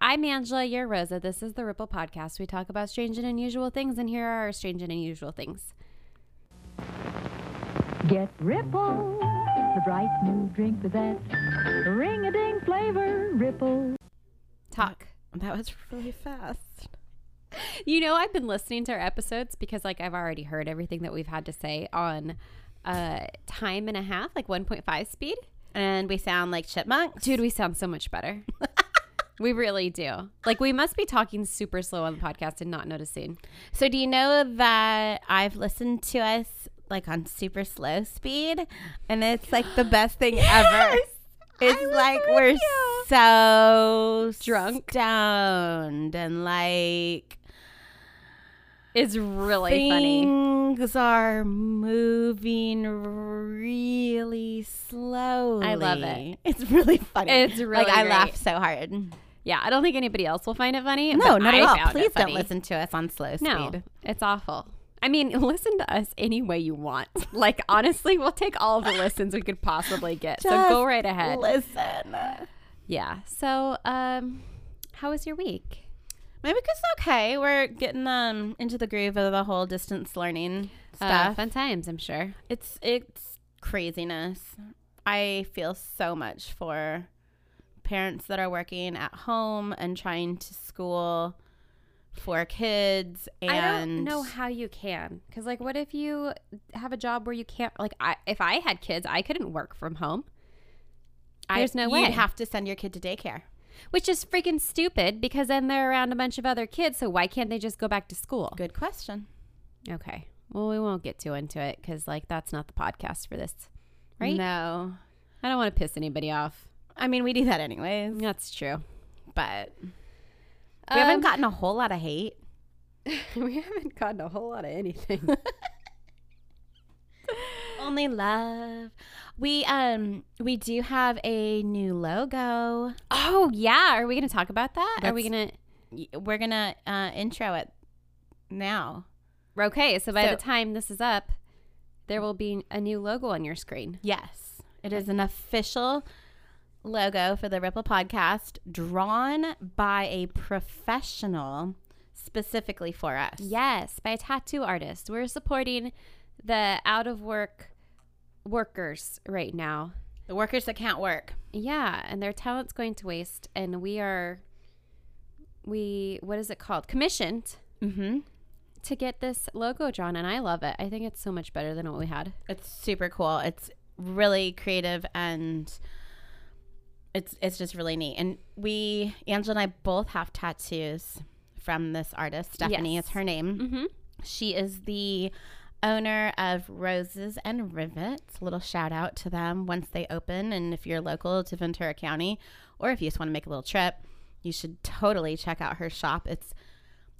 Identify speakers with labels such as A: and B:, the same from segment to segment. A: I'm Angela, you're Rosa. This is the Ripple Podcast. We talk about strange and unusual things, and here are our strange and unusual things.
B: Get Ripple, the bright new drink with that ring a ding flavor. Ripple.
A: Talk.
C: That was really fast.
A: You know, I've been listening to our episodes because, like, I've already heard everything that we've had to say on uh, time and a half, like 1.5 speed.
C: And we sound like chipmunks.
A: Dude, we sound so much better. we really do. Like, we must be talking super slow on the podcast and not noticing.
C: So do you know that I've listened to us like on super slow speed and it's like the best thing ever. It's like we're so
A: Drunk.
C: stoned and like
A: It's really funny.
C: things are moving really slowly.
A: love it.
C: It's really funny.
A: It's really
C: like I
A: great.
C: laugh so hard.
A: Yeah, I don't think anybody else will find it funny.
C: No,
A: but
C: not
A: I
C: at all.
A: found it
C: Please don't
A: funny.
C: listen to us on slow speed.
A: No, it's awful. I mean, listen to us any way you want. Like, honestly, we'll take all the listens we could possibly get. so go
C: Just
A: right ahead.
C: Listen.
A: yeah. So, um, how was your week?
C: My week is okay. We're getting um into the groove of the whole distance learning
A: Uh,
C: stuff.
A: fun times, I'm sure.
C: it's it's craziness. I feel so much for parents that are working at home and trying to school for kids and
A: I don't know how you can. Because, like, what if you have a job where you can't, like, I, if I had kids, I couldn't work from home,
C: I-
A: there's no
C: you'd
A: way.
C: have to send your kid to daycare.
A: which is freaking stupid because then they're around a bunch of other kids. So, why can't they just go back to school?
C: Good question.
A: Okay. Well, we won't get too into it because, like, that's not the podcast for this, right?
C: No.
A: I don't want to piss anybody off.
C: I mean, we do that anyways,
A: That's true. um,
C: but we haven't gotten a whole lot of hate.
A: we haven't gotten a whole lot of anything.
C: Only love. We um we do have a new logo.
A: oh yeah, are we gonna talk about that? are we gonna?
C: Y- We're gonna uh, intro it now.
A: Okay, so by the
C: So-
A: time this is up, there will be a new logo on your screen.
C: Yes, it is an official logo for the Ripple Podcast, drawn by a professional specifically for us.
A: Yes, by a tattoo artist. We're supporting the out of work workers right now.
C: the workers that can't work.
A: Yeah, and their talent's going to waste, and we are we what is it called? Commissioned
C: Mm-hmm.
A: to get this logo drawn, and I love it. I think it's so much better than what we had.
C: It's super cool. It's really creative and it's it's just really neat. And we Angela and I both have tattoos from this artist. Stephanie
A: Yes.
C: is her name.
A: Mm-hmm.
C: She is the owner of Roses and Rivets. Little shout out to them once they open. And if you're local to Ventura County, or if you just want to make a little trip, you should totally check out her shop. It's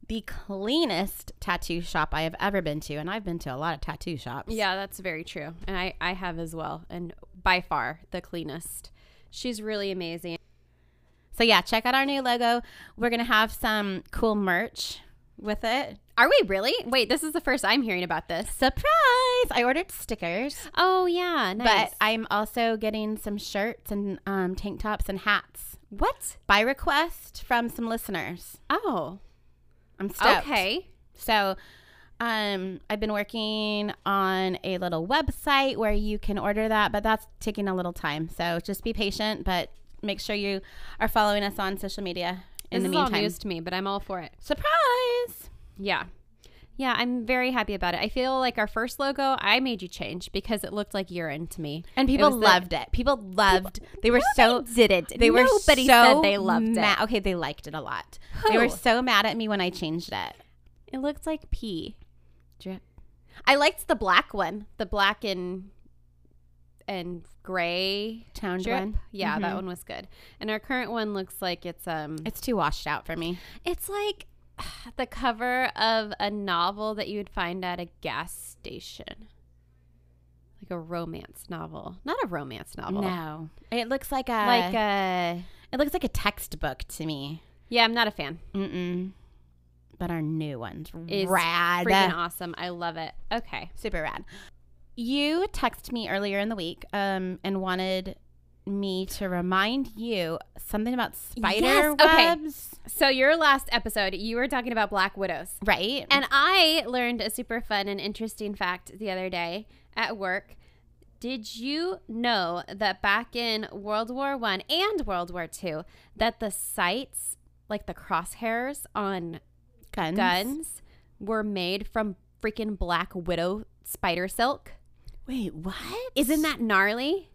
C: the cleanest tattoo shop I have ever been to, and I've been to a lot of tattoo shops.
A: Yeah, that's very true. And I, I have as well. And by far the cleanest. She's really amazing.
C: So yeah, check out our new logo. We're gonna have some cool merch with it.
A: Are we really? Wait, this is the first I'm hearing about this.
C: Surprise! I ordered stickers.
A: Oh, yeah. Nice.
C: But I'm also getting some shirts and um, tank tops and hats
A: what?
C: by request from some listeners.
A: Oh,
C: I'm stoked.
A: okay.
C: So, um, I've been working on a little website where you can order that, but that's taking a little time. So just be patient, but make sure you are following us on social media in
A: this is
C: the
A: all
C: meantime.
A: news to me, but I'm all for it.
C: Surprise!
A: Yeah. Yeah, I'm very happy about it. I feel like our first logo, I made you change because it looked like urine to me.
C: And
A: It
C: people
A: was the-
C: loved it. People loved. They were so
A: Nobody did it.
C: They were
A: Nobody
C: so
A: said they loved it.
C: ma- Okay, they liked it a lot. They were
A: Who?
C: so mad at me when I changed it.
A: It looked like pee. Drip. I liked the black one, the black and and gray
C: Toned
A: drip.
C: one? Mm-hmm.
A: Yeah, that one was good. And our current one looks like it's um,
C: It's too washed out for me.
A: it's like the cover of a novel that you would find at a gas station, like a romance novel, not a romance
C: Oh.
A: novel,
C: No, it looks like a
A: like a
C: it looks like a textbook to me.
A: yeah. I'm not a fan.
C: Mm-mm. But our new one's
A: It's
C: rad,
A: freaking awesome. I love it. Okay.
C: super rad. You texted me earlier in the week, um, and wanted me to remind you something about spider
A: Yes, okay.
C: webs.
A: so your last episode, you were talking about black widows.
C: Right.
A: And I learned a super fun and interesting fact the other day at work. Did you know that back in World War One and World War Two, that the sights, like the crosshairs on
C: guns.
A: guns, were made from freaking black widow spider silk?
C: Wait, what?
A: Isn't that gnarly?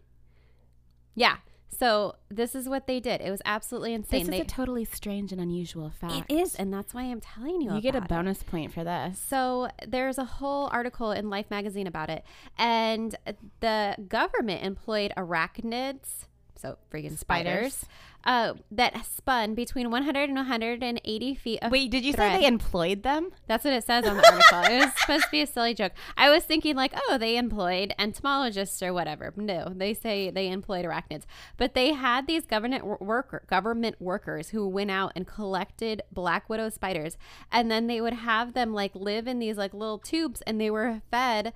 A: Yeah. So this is what they did. It was absolutely
C: This
A: insane.
C: is
A: They-
C: a totally strange and unusual
A: it
C: fact.
A: is, and that's why I'm telling you.
C: You get a
A: about it.
C: bonus point for this.
A: So there's a whole article in Life magazine about it, and the government employed arachnids, so freaking spiders,
C: Spiders.
A: uh, that spun between 100 and 180 feet. Of
C: Wait, did you
A: thread.
C: say they employed them?
A: That's what it says on the article. it was supposed to be a silly joke. I was thinking like, oh, they employed entomologists or whatever. No, they say they employed arachnids, but they had these government wor- worker government workers who went out and collected black widow spiders, and then they would have them like live in these like little tubes, and they were fed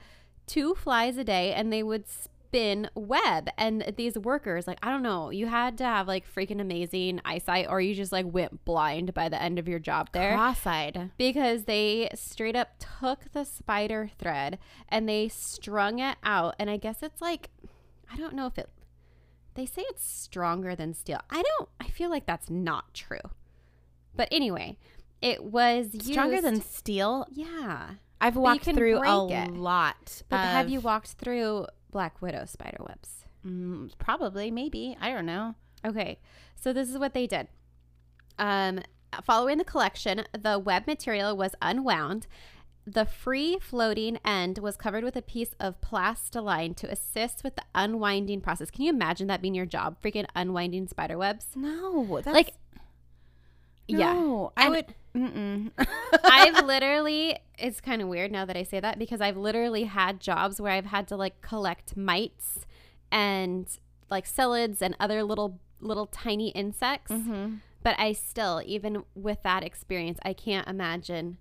A: two flies a day, and they would. Spin web and these workers, like, I don't know, you had to have like freaking amazing eyesight, or you just like went blind by the end of your job there
C: Cross-eyed.
A: because they straight up took the spider thread and they strung it out and i guess it's like i don't know if it they say it's stronger than steel i don't i feel like that's not true but anyway it was
C: Stronger
A: used-
C: than steel.
A: yeah
C: I've walked
A: can
C: through a
A: break it.
C: lot.
A: but have
C: of-
A: you walked through black widow spider webs
C: Mm, probably, maybe. I don't know.
A: Okay, so this is what they did. Um, following the collection, the web material was unwound. The free floating end was covered with a piece of plastiline to assist with the unwinding process. Can you imagine that being your job? Freaking unwinding spider webs?
C: No, that's
A: Like, yeah.
C: No, I
A: And-
C: would. Mm-mm.
A: I've literally, it's kind of weird now that I say that because I've literally had jobs where I've had to like collect mites and like psyllids and other little, little tiny insects. But I still, even with that experience, I can't imagine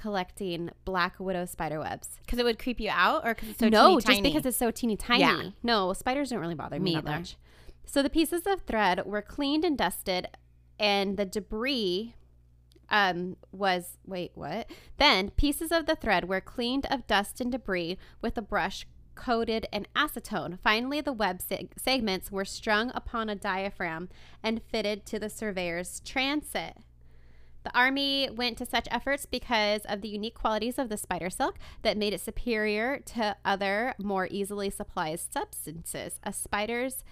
A: collecting black widow spider webs.
C: Because it would creep you out, or because it's so
A: no,
C: teeny
A: just
C: tiny?
A: because it's so teeny tiny.
C: Yeah.
A: No, spiders don't really bother me,
C: Me
A: that
C: either.
A: much. So the pieces of thread were cleaned and dusted, and the debris um, was wait what? Then pieces of the thread were cleaned of dust and debris with a brush coated in acetone. Finally, the web seg- segments were strung upon a diaphragm and fitted to the surveyor's transit. The army went to such efforts because of the unique qualities of the spider silk that made it superior to other more easily supplied substances. A spider's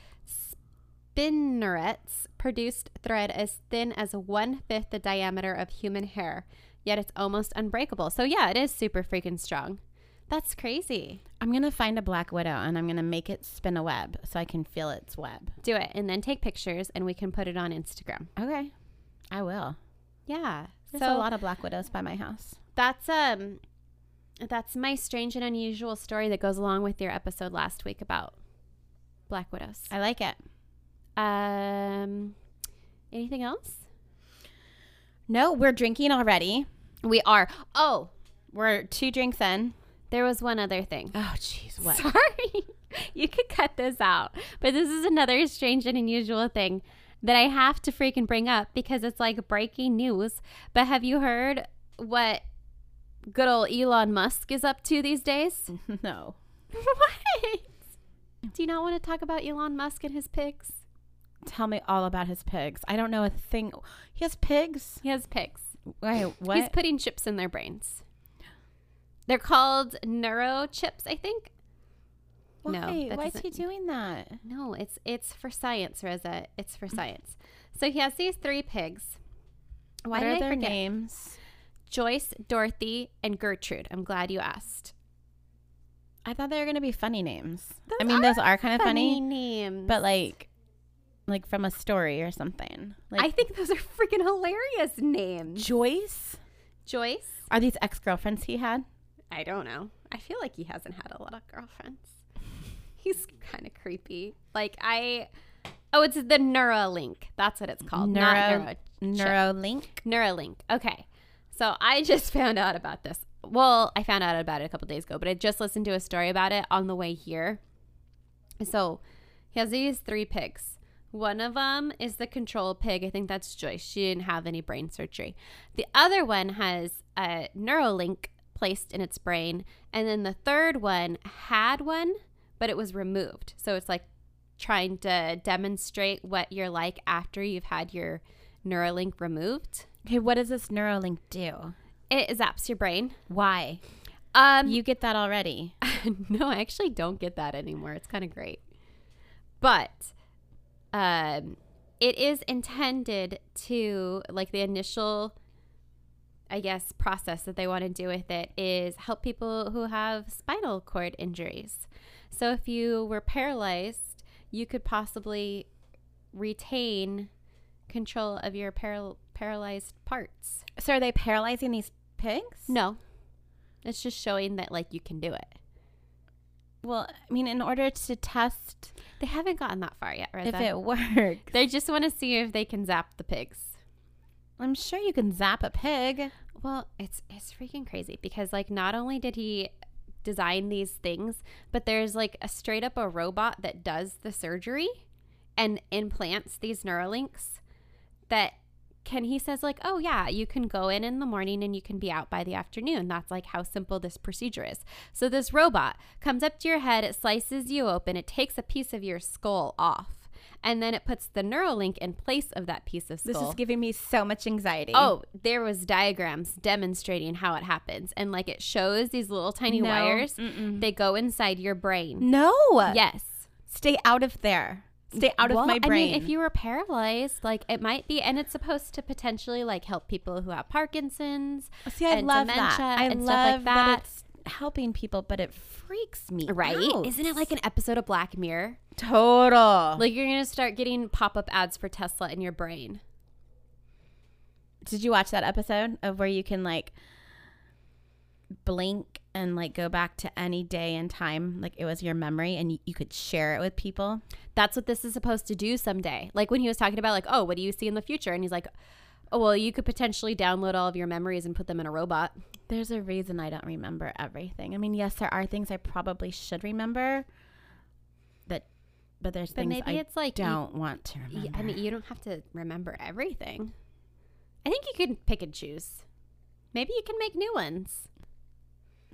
A: spinnerets produced thread as thin as one fifth the diameter of human hair, yet it's almost unbreakable. So yeah, it is super freaking strong. That's crazy.
C: I'm gonna find a black widow and I'm gonna make it spin a web so I can feel its web.
A: Do it and then take pictures and we can put it on Instagram.
C: Okay, I will.
A: Yeah.
C: There's a lot of black widows by my house.
A: that's um that's my strange and unusual story that goes along with your episode last week about black widows
C: I like it.
A: um anything else
C: No, we're drinking already.
A: we are oh
C: We're two drinks in.
A: there was one other thing
C: Oh, jeez,
A: sorry you could cut this out but this is another strange and unusual thing that i have to freaking bring up because it's like breaking news but have you heard what good old elon musk is up to these days
C: no.
A: what? Do you not want to talk about Elon Musk and his pigs?
C: Tell me all about his pigs. I don't know a thing. He has pigs.
A: He has pigs.
C: Wait, what?
A: He's putting chips in their brains. They're called neuro chips, I think.
C: Why?
A: No, that
C: Why is
A: doesn't-
C: he doing that?
A: No, it's it's for science, Rosa. It's for science. So he has these three pigs. Why
C: what
A: did
C: are
A: I
C: their
A: forget?
C: names?
A: Joyce, Dorothy, and Gertrude. I'm glad you asked.
C: I thought they were gonna be funny names.
A: Those
C: I mean, those are kind of funny,
A: names.
C: but like, like from a story or something. Like
A: I think those are freaking hilarious names.
C: Joyce.
A: Joyce.
C: Are these ex girlfriends he had?
A: I don't know. I feel like he hasn't had a lot of girlfriends. He's kind of creepy. Like I, oh, it's the Neuralink. That's what it's called.
C: Neuro,
A: Oh, not Neuro.
C: Neuralink.
A: Neuralink. Okay, so I just found out about this. Well, I found out about it a couple days ago, but I just listened to a story about it on the way here. So he has these three pigs. One of them is the control pig. I think that's Joyce. She didn't have any brain surgery. The other one has a Neuralink placed in its brain. And then the third one had one, but it was removed. So it's like trying to demonstrate what you're like after you've had your Neuralink removed.
C: Okay, what does this Neuralink do?
A: It zaps your brain.
C: Why?
A: Um,
C: You get that already.
A: no, I actually don't get that anymore. It's kind of great. But um, it is intended to, like, the initial, I guess, process that they want to do with it is help people who have spinal cord injuries. So if you were paralyzed, you could possibly retain control of your paral- paralyzed parts.
C: So are they paralyzing these pigs?
A: No. It's just showing that, like, you can do it.
C: Well, I mean, in order to test
A: They haven't gotten that far yet, Reza.
C: if it works,
A: They just want to see if they can zap the pigs.
C: I'm sure you can zap a pig.
A: Well, it's it's freaking crazy because like not only did he design these things, but there's like a straight up a robot that does the surgery and implants these Neuralinks that can he says like, "Oh yeah, you can go in in the morning and you can be out by the afternoon." That's like how simple this procedure is. So this robot comes up to your head, it slices you open, it takes a piece of your skull off, and then it puts the Neuralink in place of that piece of skull.
C: This is giving me so much anxiety.
A: Oh, there was diagrams demonstrating how it happens, and like it shows these little tiny
C: No.
A: wires.
C: Mm-mm.
A: They go inside your brain.
C: no.
A: Yes.
C: Stay out of there. Stay out
A: Well,
C: of my brain.
A: I mean, if you were paralyzed, like it might be, and it's supposed to potentially like help people who have Parkinson's.
C: See, I
A: and
C: love that.
A: dementia
C: I
A: and
C: love
A: stuff like that.
C: it's helping people, but it freaks me
A: Right?
C: out. Oh.
A: Isn't it like an episode of Black Mirror?
C: total?
A: Like you're gonna start getting pop up ads for Tesla in your brain.
C: Did you watch that episode of where you can like blink and like go back to any day and time? Like it was your memory and you, you could share it with people.
A: that's what this is supposed to do someday. Like when he was talking about like, oh, what do you see in the future? And he's like, oh, well, you could potentially download all of your memories and put them in a robot.
C: There's a reason I don't remember everything. I mean, yes, there are things I probably should remember that but there's
A: But
C: things
A: maybe
C: I
A: it's like you-
C: don't want to
A: Y-
C: remember.
A: I mean, you don't have to remember everything. I think you can pick and choose. Maybe you can make new ones.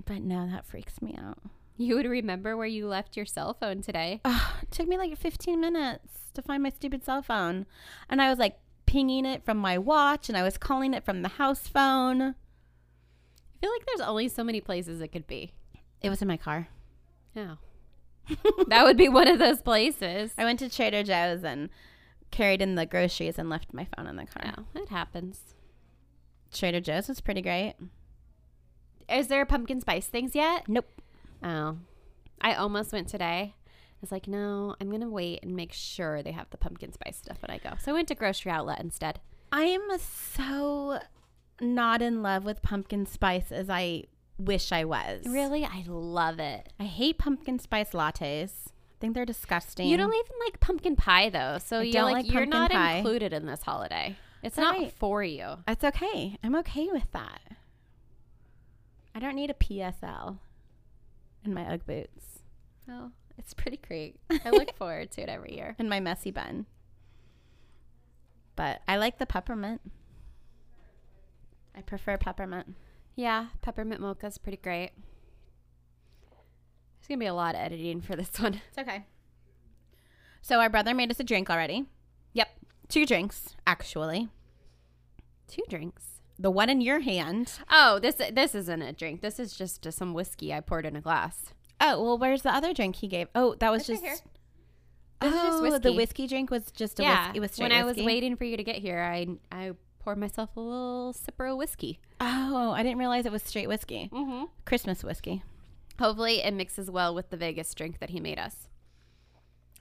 C: but no, that freaks me out.
A: You would remember where you left your cell phone today.
C: Ugh, it took me like 15 minutes to find my stupid cell phone. And I was like pinging it from my watch and I was calling it from the house phone.
A: I feel like there's only so many places it could be.
C: It was in my car.
A: Oh. that would be one of those places.
C: I went to Trader Joe's and carried in the groceries and left my phone in the car.
A: Oh, it happens.
C: Trader Joe's was pretty great.
A: Is there pumpkin spice things yet?
C: Nope.
A: Oh. I almost went today. I was like, no, I'm going to wait and make sure they have the pumpkin spice stuff when I go. So I went to Grocery Outlet instead.
C: I am so not in love with pumpkin spice as I wish I was.
A: Really? I love it.
C: I hate pumpkin spice lattes. I think they're disgusting.
A: You don't even like pumpkin pie, though. So
C: I
A: you're,
C: don't
A: like,
C: like
A: you're
C: pumpkin
A: not
C: pie.
A: included in this holiday. It's not
C: Right.
A: for you.
C: That's okay. I'm okay with that. I don't need a PSL in my Ugg boots
A: Oh, it's pretty great. I look forward to it every year.
C: and my messy bun. But I like the peppermint. I prefer peppermint.
A: Yeah, peppermint mocha's pretty great. There's going to be a lot of editing for this one.
C: It's okay. So our brother made us a drink already.
A: Yep.
C: Two drinks, actually.
A: Two drinks.
C: The one in your hand.
A: Oh, this this isn't a drink. This is just uh, some whiskey I poured in a glass.
C: Oh, well, where's the other drink he gave? Oh, that was
A: It's right
C: just.
A: here. This is just
C: oh, the
A: whiskey.
C: whiskey drink was just a whiskey. It was straight
A: when I was
C: whiskey.
A: waiting for you to get here, I I poured myself a little sipper of whiskey.
C: Oh, I didn't realize it was straight whiskey.
A: Mm-hmm.
C: Christmas whiskey.
A: Hopefully, it mixes well with the Vegas drink that he made us.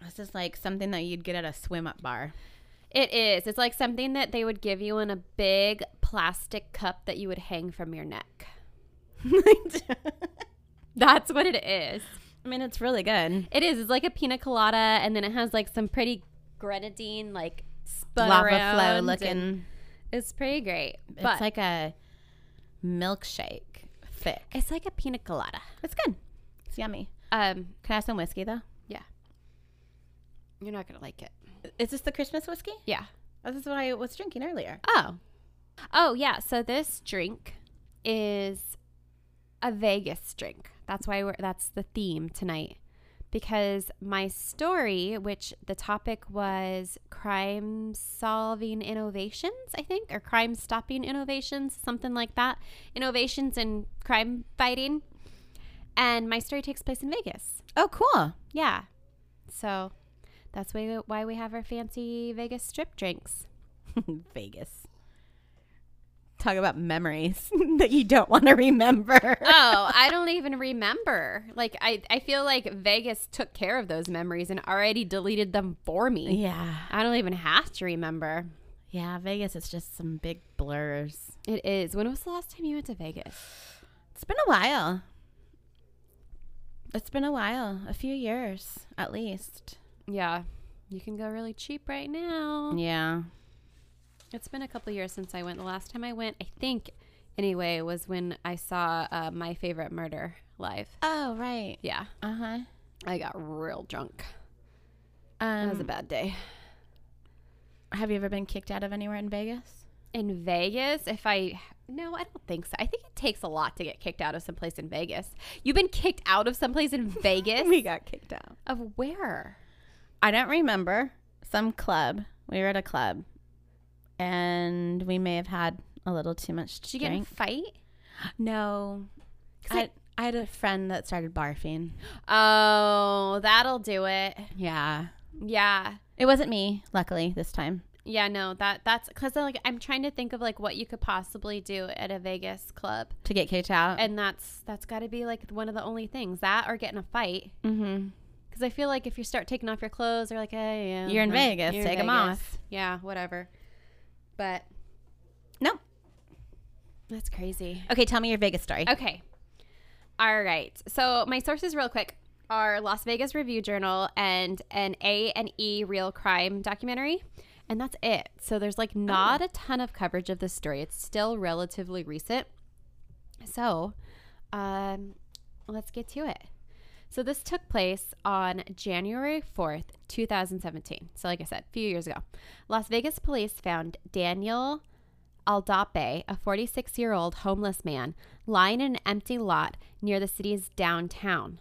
C: This is like something that you'd get at a swim up bar.
A: It is. It's like something that they would give you in a big plastic cup that you would hang from your neck.
C: I
A: That's what it is.
C: mean, it's really good.
A: It is. It's like a pina colada, and then it has like some pretty grenadine, like spun
C: Lava
A: around
C: flow
A: and-
C: looking.
A: It's pretty great. But
C: It's like a milkshake thick.
A: it's like a pina colada.
C: It's good. It's yummy.
A: Um,
C: Can I have some whiskey though?
A: you're not gonna like it.
C: Is this the Christmas whiskey?
A: Yeah.
C: Oh, this is what I was drinking earlier.
A: Oh. Oh, yeah. So this drink is a Vegas drink. That's why we're, that's the theme tonight. Because my story, which the topic was crime solving innovations, I think, or crime stopping innovations, something like that. Innovations in crime fighting. And my story takes place in Vegas.
C: Oh, cool.
A: Yeah. So that's why why we have our fancy Vegas strip drinks.
C: Vegas. Talk about memories that you don't want to remember.
A: oh, I don't even remember. Like I, I feel like Vegas took care of those memories and already deleted them for me.
C: yeah.
A: I don't even have to remember.
C: Yeah, Vegas is just some big blurs.
A: It is. When was the last time you went to Vegas?
C: It's been a while. It's been a while, a few years at least.
A: Yeah. You can go really cheap right now.
C: Yeah.
A: It's been a couple years since I went. The last time I went, I think, anyway, was when I saw uh, my favorite murder live.
C: Oh, right.
A: Yeah.
C: Uh huh.
A: I got real drunk. It was a
C: Um,
A: bad day.
C: have you ever been kicked out of anywhere in Vegas?
A: in Vegas, if I no, I don't think so. I think it takes a lot to get kicked out of someplace in Vegas. You've been kicked out of someplace in Vegas?
C: got kicked out.
A: of where?
C: I don't remember. Some club. We were at a club, and we may have had a little too much
A: Did you get in a
C: drink.
A: fight?
C: no,
A: 'Cause
C: I, I had a friend that started barfing.
A: Oh, that'll do it.
C: Yeah,
A: Yeah.
C: it wasn't me. Luckily, this time.
A: Yeah, no, that that's cuz like I'm trying to think of like what you could possibly do at a Vegas club.
C: to get kicked out.
A: And that's that's got to be like one of the only things. That or get in a fight.
C: mm-hmm.
A: Cuz I feel like if you start taking off your clothes, they're like, "Hey, yeah,
C: You're in
A: uh,
C: Vegas,
A: you're in
C: take 'em
A: Vegas."
C: off.
A: Yeah, whatever. But
C: No.
A: That's crazy.
C: Okay, tell me your Vegas story.
A: Okay. All right. So my sources, real quick, are Las Vegas Review Journal and an A and E Real Crime documentary, and that's it. So there's like not a ton of coverage of this story. It's still relatively recent. So, um, let's get to it. So this took place on January 4th, 2017. So like I said, a few years ago. Las Vegas police found Daniel Aldape, a 46 year old homeless man, lying in an empty lot near the city's downtown.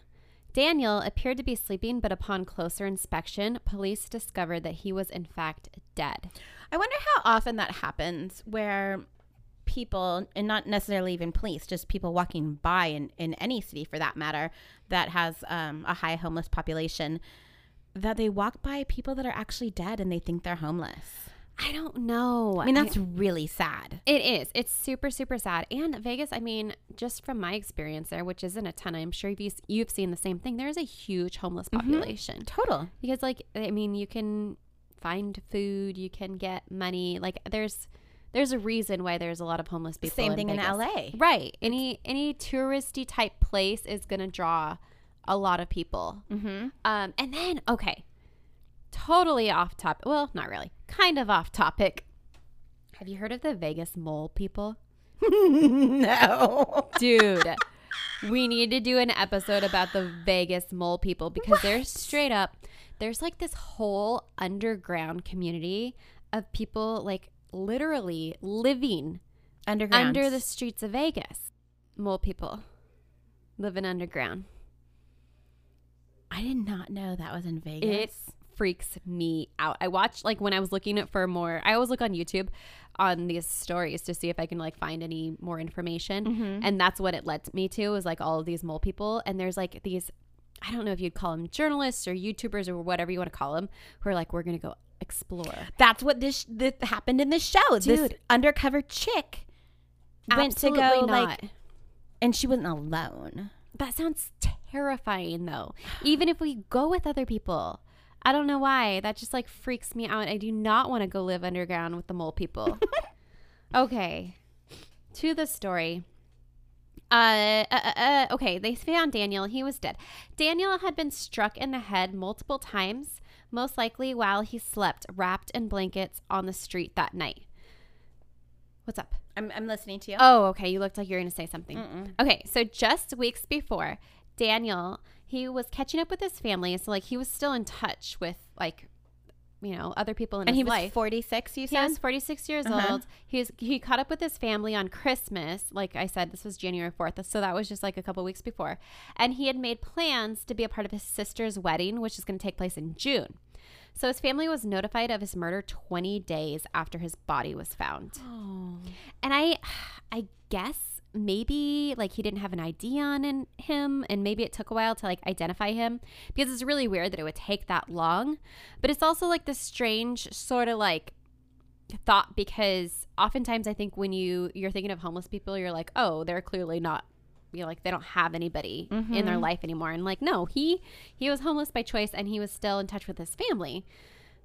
A: Daniel appeared to be sleeping, but upon closer inspection, police discovered that he was in fact dead.
C: I wonder how often that happens where people, and not necessarily even police, just people walking by in, in any city for that matter, that has um, a high homeless population, that they walk by people that are actually dead and they think they're homeless.
A: I don't know.
C: I mean, that's really sad.
A: It is. It's super, super sad. And Vegas, I mean, just from my experience there, which isn't a ton, I'm sure you've, you've seen the same thing. There is a huge homeless
C: Mm-hmm.
A: population.
C: Total.
A: Because, like, I mean, you can find food, you can get money. Like, there's there's a reason why there's a lot of homeless people.
C: Same thing in,
A: Vegas.
C: LA.
A: Right. Any any touristy type place is going to draw a lot of people.
C: Mm-hmm.
A: Um, and then, okay, totally off topic. Well, not really. Kind of off topic. Have you heard of the Vegas mole people?
C: no.
A: Dude, we need to do an episode about the Vegas mole people because they're straight up, there's like this whole underground community of people like literally living
C: Underground.
A: under the streets of Vegas. Mole people living underground.
C: I did not know that was in Vegas.
A: It freaks me out. I watched like when I was looking at for more. I always look on YouTube on these stories to see if I can like find any more information,
C: Mm-hmm.
A: and that's what it led me to is like all of these mole people, and there's like these. I don't know if you'd call them journalists or YouTubers or whatever you want to call them, who are like, we're gonna go explore.
C: That's what this this happened in this show. This
A: Dude.
C: undercover chick went to
A: Absolutely
C: go
A: not.
C: like, and she wasn't alone.
A: that sounds terrifying though. Even if we go with other people, I don't know why that just like freaks me out. I do not want to go live underground with the mole people. Okay. To the story. Uh, uh, uh, uh, okay, they found Daniel. He was dead. Daniel had been struck in the head multiple times, most likely while he slept wrapped in blankets on the street that night. What's up?
C: I'm, I'm listening to you.
A: Oh, okay. You looked like you were going to say something. Okay. So just weeks before, Daniel, he was catching up with his family. So, like, he was still in touch with, like, you know, other people in
C: And
A: his
C: he was
A: life.
C: 46, you
A: He
C: said?
A: was 46 years
C: Uh-huh.
A: old. He was he caught up with his family on Christmas. Like I said, this was January 4th, so that was just like a couple weeks before. And he had made plans to be a part of his sister's wedding, which is going to take place in June. So his family was notified of his murder 20 days after his body was found.
C: Oh.
A: And I I guess maybe like he didn't have an ID on in him and maybe it took a while to like identify him because it's really weird that it would take that long. But it's also like this strange sort of like thought because oftentimes I think when you you're thinking of homeless people you're like, "Oh, they're clearly not you know, like they don't have anybody in their life anymore." And like, no, he he was homeless by choice and he was still in touch with his family.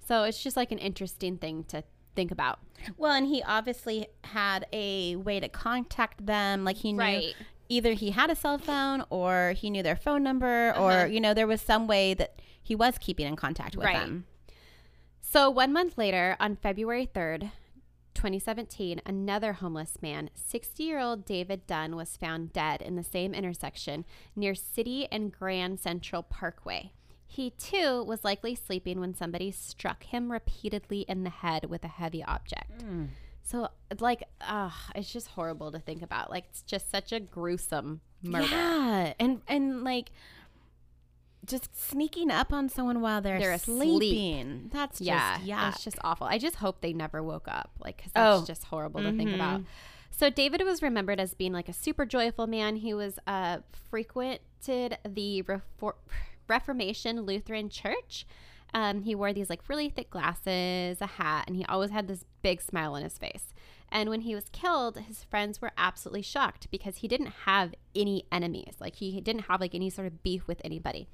A: So it's just like an interesting thing to think about.
C: Well, and he obviously had a way to contact them. Like he knew
A: Right.
C: either he had a cell phone or he knew their phone number
A: Uh-huh.
C: or, you know, there was some way that he was keeping in contact with
A: Right.
C: them.
A: So, one month later, on February 3rd, 2017, another homeless man, 60 year old David Dunn, was found dead in the same intersection near City and Grand Central Parkway. He too was likely sleeping when somebody struck him repeatedly in the head with a heavy object. So, like, ugh, it's just horrible to think about. Like, it's just such a gruesome murder.
C: Yeah. And, and like, just sneaking up on someone while they're,
A: They're asleep.
C: sleeping. That's just,
A: yeah, Uh,
C: yeah.
A: it's just awful. I just hope they never woke up, like, because that's
C: Oh. mm-hmm.
A: just horrible to think about. So David was remembered as being like a super joyful man. He was uh, frequented the Refor- Reformation Lutheran Church. Um, he wore these like really thick glasses, a hat, and he always had this big smile on his face. And when he was killed, his friends were absolutely shocked because he didn't have any enemies. Like he didn't have like any sort of beef with anybody.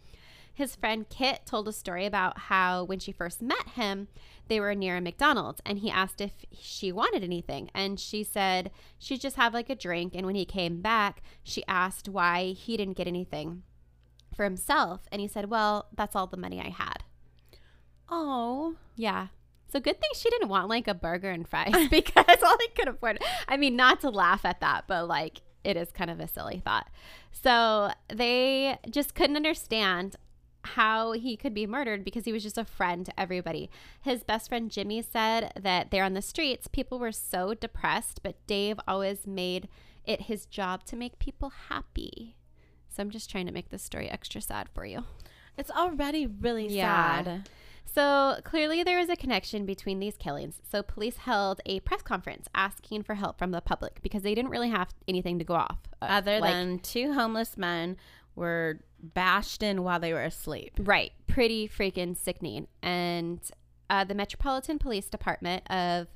A: His friend Kit told a story about how when she first met him, they were near a McDonald's and he asked if she wanted anything. And she said she'd just have like a drink. And when he came back, she asked why he didn't get anything for himself. And he said, Well, that's all the money I had.
C: oh.
A: Yeah. So good thing she didn't want like a burger and fries because all they could afford. I mean, not to laugh at that, but like it is kind of a silly thought. So they just couldn't understand how he could be murdered because he was just a friend to everybody. His best friend Jimmy said that there on the streets, people were so depressed, but Dave always made it his job to make people happy. So I'm just trying to make this story extra sad for you.
C: It's already really
A: Yeah.
C: sad.
A: So clearly, there is a connection between these killings. So police held a press conference asking for help from the public because they didn't really have anything to go off. Uh, of.
C: Other
A: Like,
C: than two homeless men were bashed in while they were asleep.
A: right, pretty freaking sickening. And uh, the Metropolitan Police Department of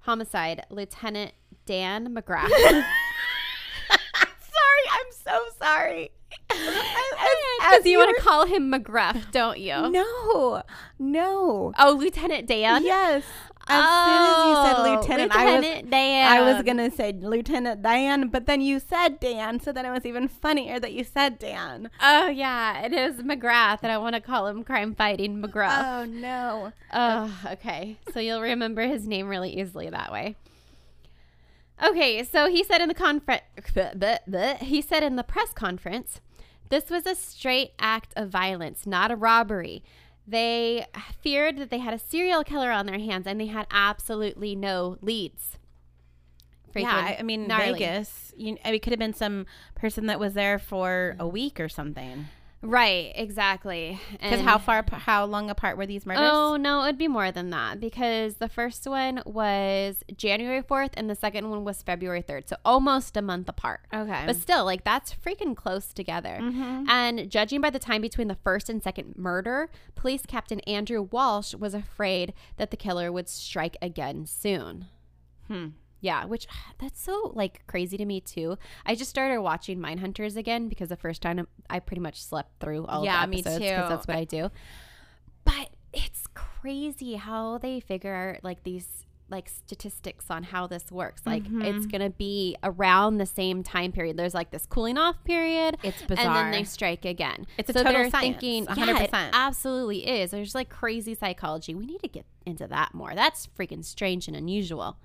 A: Homicide Lieutenant Dan McGrath.
C: sorry, I'm so sorry.
A: Because you want to call him McGruff, don't you?
C: No, no.
A: Oh, Lieutenant Dan.
C: Yes. As soon as you said
A: Oh,
C: lieutenant, I was
A: Lieutenant Dan.
C: I was gonna say Lieutenant Dan, but then you said Dan, so then it was even funnier that you said Dan.
A: Oh yeah, it is McGrath, and I want to call him crime fighting McGruff.
C: Oh no.
A: Oh, okay. So you'll remember his name really easily that way. Okay, so he said in the conference, he said in the press conference, this was a straight act of violence, not a robbery. They feared that they had a serial killer on their hands, and they had absolutely no leads. Freaking
C: yeah, I- I mean
A: gnarly.
C: Vegas. You, it could have been some person that was there for a week or something.
A: right? Exactly.
C: Because
A: And-
C: how far, ap- how long apart were these murders?
A: Oh no, it'd be more than that because the first one was January fourth and the second one was February third, so almost a month apart.
C: okay. Mm-hmm.
A: But still, like that's freaking close together. And judging by the time between the first and second murder, police captain Andrew Walsh was afraid that the killer would strike again soon.
C: Hmm.
A: Yeah, which that's so like crazy to me too. I just started watching Mindhunters again because the first time I pretty much slept through all
C: Yeah,
A: of the
C: me
A: episodes
C: too.
A: because that's what I do. But it's crazy how they figure out like these like statistics on how this works. Like
C: Mm-hmm.
A: it's gonna be around the same time period. There's like this cooling off period.
C: It's
A: And then they
C: bizarre.
A: strike again.
C: It's a total
A: they're
C: science,
A: thinking,
C: 100%.
A: Yeah, it absolutely is. There's like crazy psychology. We need to get into that more. That's freaking strange and unusual.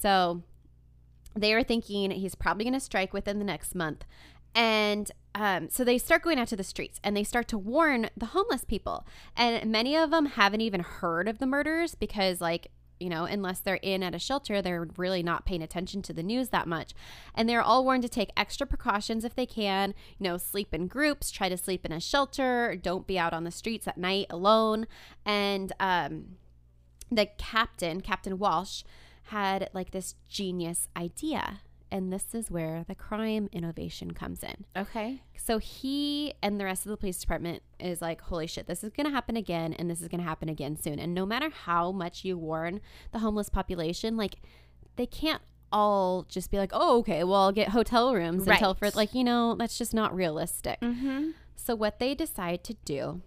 A: So they were thinking he's probably going to strike within the next month. And um, so they start going out to the streets and they start to warn the homeless people. And many of them haven't even heard of the murders because, like, you know, unless they're in at a shelter, they're really not paying attention to the news that much. And they're all warned to take extra precautions if they can, you know, sleep in groups, try to sleep in a shelter, don't be out on the streets at night alone. And um, the captain, Captain Walsh, had like this genius idea. And this is where the crime innovation comes in.
C: Okay.
A: So he and the rest of the police department is like, holy shit, this is going to happen again, and this is going to happen again soon. And no matter how much you warn the homeless population, like, they can't all just be like, oh, okay, well, I'll get hotel rooms
C: Right.
A: until for, like, you know, that's just not realistic.
C: Mm-hmm.
A: So what they decide to do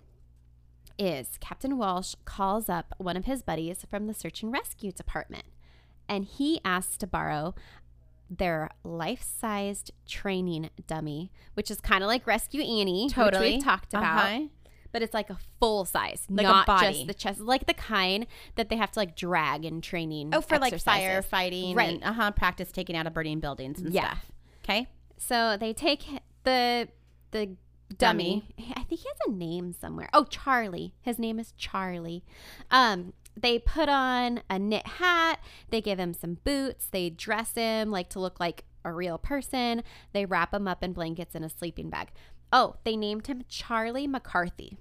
A: is Captain Walsh calls up one of his buddies from the search and rescue department, and he asks to borrow their life-sized training dummy, which is kind of like Rescue Annie,
C: Totally.
A: which we've talked about.
C: Uh-huh.
A: But it's like a full size,
C: Like a
A: not
C: body.
A: just the chest, like the kind that they have to like drag in training.
C: Oh, for like
A: exercises.
C: firefighting
A: Right.
C: and uh-huh, practice taking out of burning buildings and
A: Yeah.
C: stuff. Okay.
A: So they take the the dummy. I think he has a name somewhere. Oh, Charlie. His name is Charlie. Um, they put on a knit hat. They give him some boots. They dress him like to look like a real person. They wrap him up in blankets in a sleeping bag. Oh, they named him Charlie McCarthy.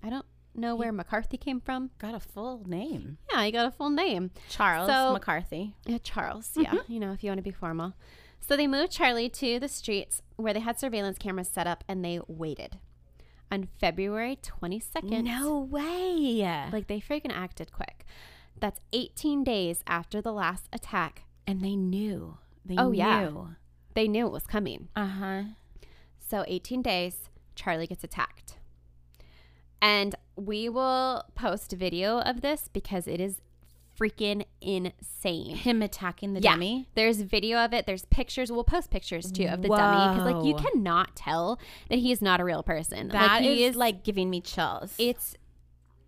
A: I don't know where McCarthy came from.
C: Got a full name.
A: Yeah, he got a full name.
C: Charles
A: So-
C: McCarthy.
A: Yeah, Charles. Yeah, you know, if you want to be formal. So they moved Charlie to the streets where they had surveillance cameras set up and they waited. On February 22nd.
C: way.
A: Like they freaking acted quick. That's 18 days after the last attack.
C: and they knew. They
A: Oh,
C: knew.
A: yeah. They knew it was coming.
C: Uh-huh.
A: So 18 days, Charlie gets attacked. And we will post video of this because it is freaking insane.
C: Him attacking the dummy.
A: There's video of it. There's pictures. We'll post pictures too of the dummy because like you
C: Whoa.
A: cannot tell that he is not a real person.
C: That
A: like,
C: is
A: he
C: like giving me chills.
A: it's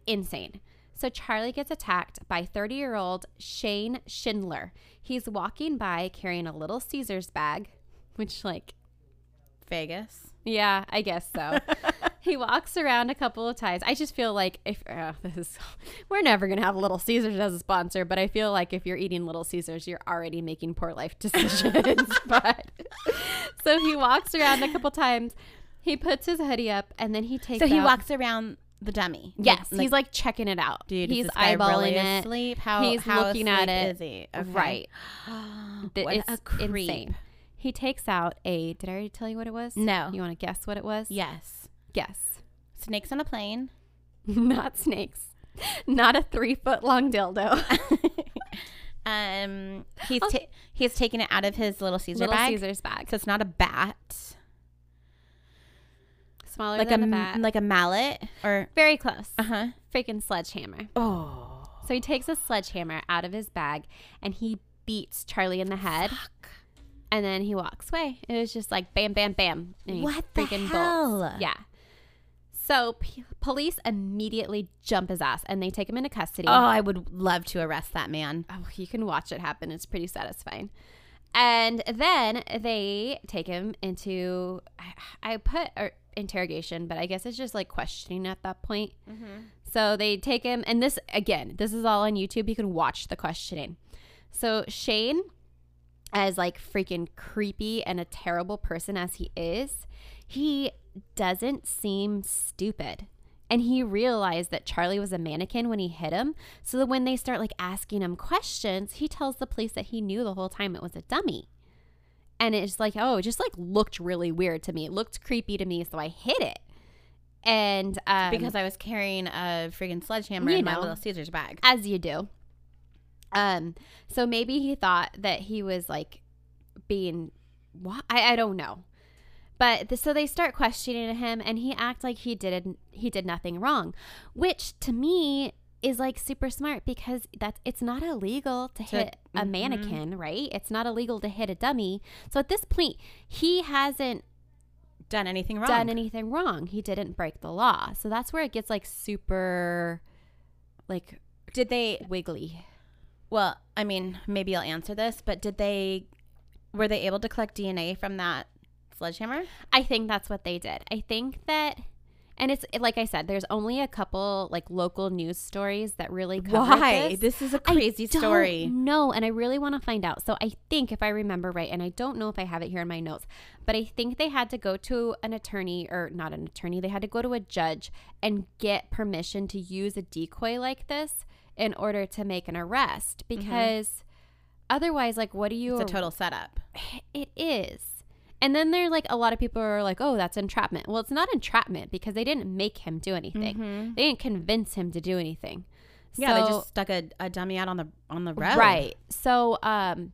A: insane. So Charlie gets attacked by 30 year old Shane Schindler. He's walking by carrying a little Caesar's bag, which like
C: Vegas.
A: yeah, I guess so. he walks around a couple of times. I just feel like if uh, this is, we're never gonna have Little Caesars as a sponsor, but I feel like if you're eating Little Caesars, you're already making poor life decisions. but so he walks around a couple times. He puts his hoodie up, and then he takes.
C: So he
A: out-
C: walks around the dummy.
A: Yes,
C: Like-
A: he's like checking it out.
C: Dude,
A: he's
C: is this guy
A: eyeballing
C: really
A: it.
C: Asleep? How
A: He's
C: how
A: looking at
C: asleep
A: it.
C: Is he? Okay.
A: Right. Th-
C: What
A: it's
C: a creep.
A: insane. He takes out a. Did I already tell you what it was?
C: No.
A: You want to guess what it was?
C: Yes.
A: Guess.
C: Snakes on a plane.
A: not snakes, not a three foot long dildo.
C: Um. He's
A: Oh.
C: ta- he's taking it out of his little Caesar
A: Little
C: bag.
A: Caesar's bag,
C: So it's not a bat.
A: smaller
C: Like a,
A: than Oh, a,
C: m-
A: bat.
C: like a mallet or
A: Very close.
C: uh huh.
A: Freaking sledgehammer.
C: Oh.
A: So he takes a sledgehammer out of his bag and he beats Charlie in the head. And then he walks away. It was just like bam, bam, bam. and he
C: What the
A: bolts.
C: hell?
A: Yeah. So p- police immediately jump his ass and they take him into custody.
C: Oh, I would love to arrest that man.
A: oh, you can watch it happen. It's pretty satisfying. And then they take him into, I, I put or, interrogation, but I guess it's just like questioning at that point. So they take him, and this, again, this is all on YouTube. You can watch the questioning. So Shane, as like freaking creepy and a terrible person as he is, he doesn't seem stupid. And he realized that Charlie was a mannequin when he hit him. So that when they start like asking him questions, he tells the police that he knew the whole time it was a dummy. And it's like, oh, it just like looked really weird to me. It looked creepy to me, so I hit it. And um,
C: because I was carrying a freaking sledgehammer
A: You
C: in my
A: know.
C: little Caesar's bag.
A: as you do. Um, so maybe he thought that he was like being what I, I don't know. But the, so they start questioning him, and he act like he did he did nothing wrong, which to me is like super smart because that's it's not illegal to, hit a
C: mhm.
A: mannequin, right? It's not illegal to hit a dummy. So at this point, he hasn't
C: Done anything wrong?
A: done anything wrong. He didn't break the law. So that's where it gets like super, like
C: Did they?
A: wiggly.
C: Well, I mean, maybe you'll answer this, but did they? Were they able to collect DNA from that sledgehammer?
A: I think that's what they did. I think that, and it's like I said, there's only a couple like local news stories that really cover this.
C: This is a crazy story.
A: No, and I really want to find out. So I think if I remember right, and I don't know if I have it here in my notes, but I think they had to go to an attorney or not an attorney. They had to go to a judge and get permission to use a decoy like this in order to make an arrest because otherwise, like, what do you?
C: Mm-hmm. It's a total setup.
A: It is. And then they're like, a lot of people are like, oh, that's entrapment. Well, it's not entrapment because they didn't make him do anything. They didn't convince him to do anything.
C: Mm-hmm. Yeah,
A: So-
C: they just stuck a, a dummy out on the on the road.
A: Right. So um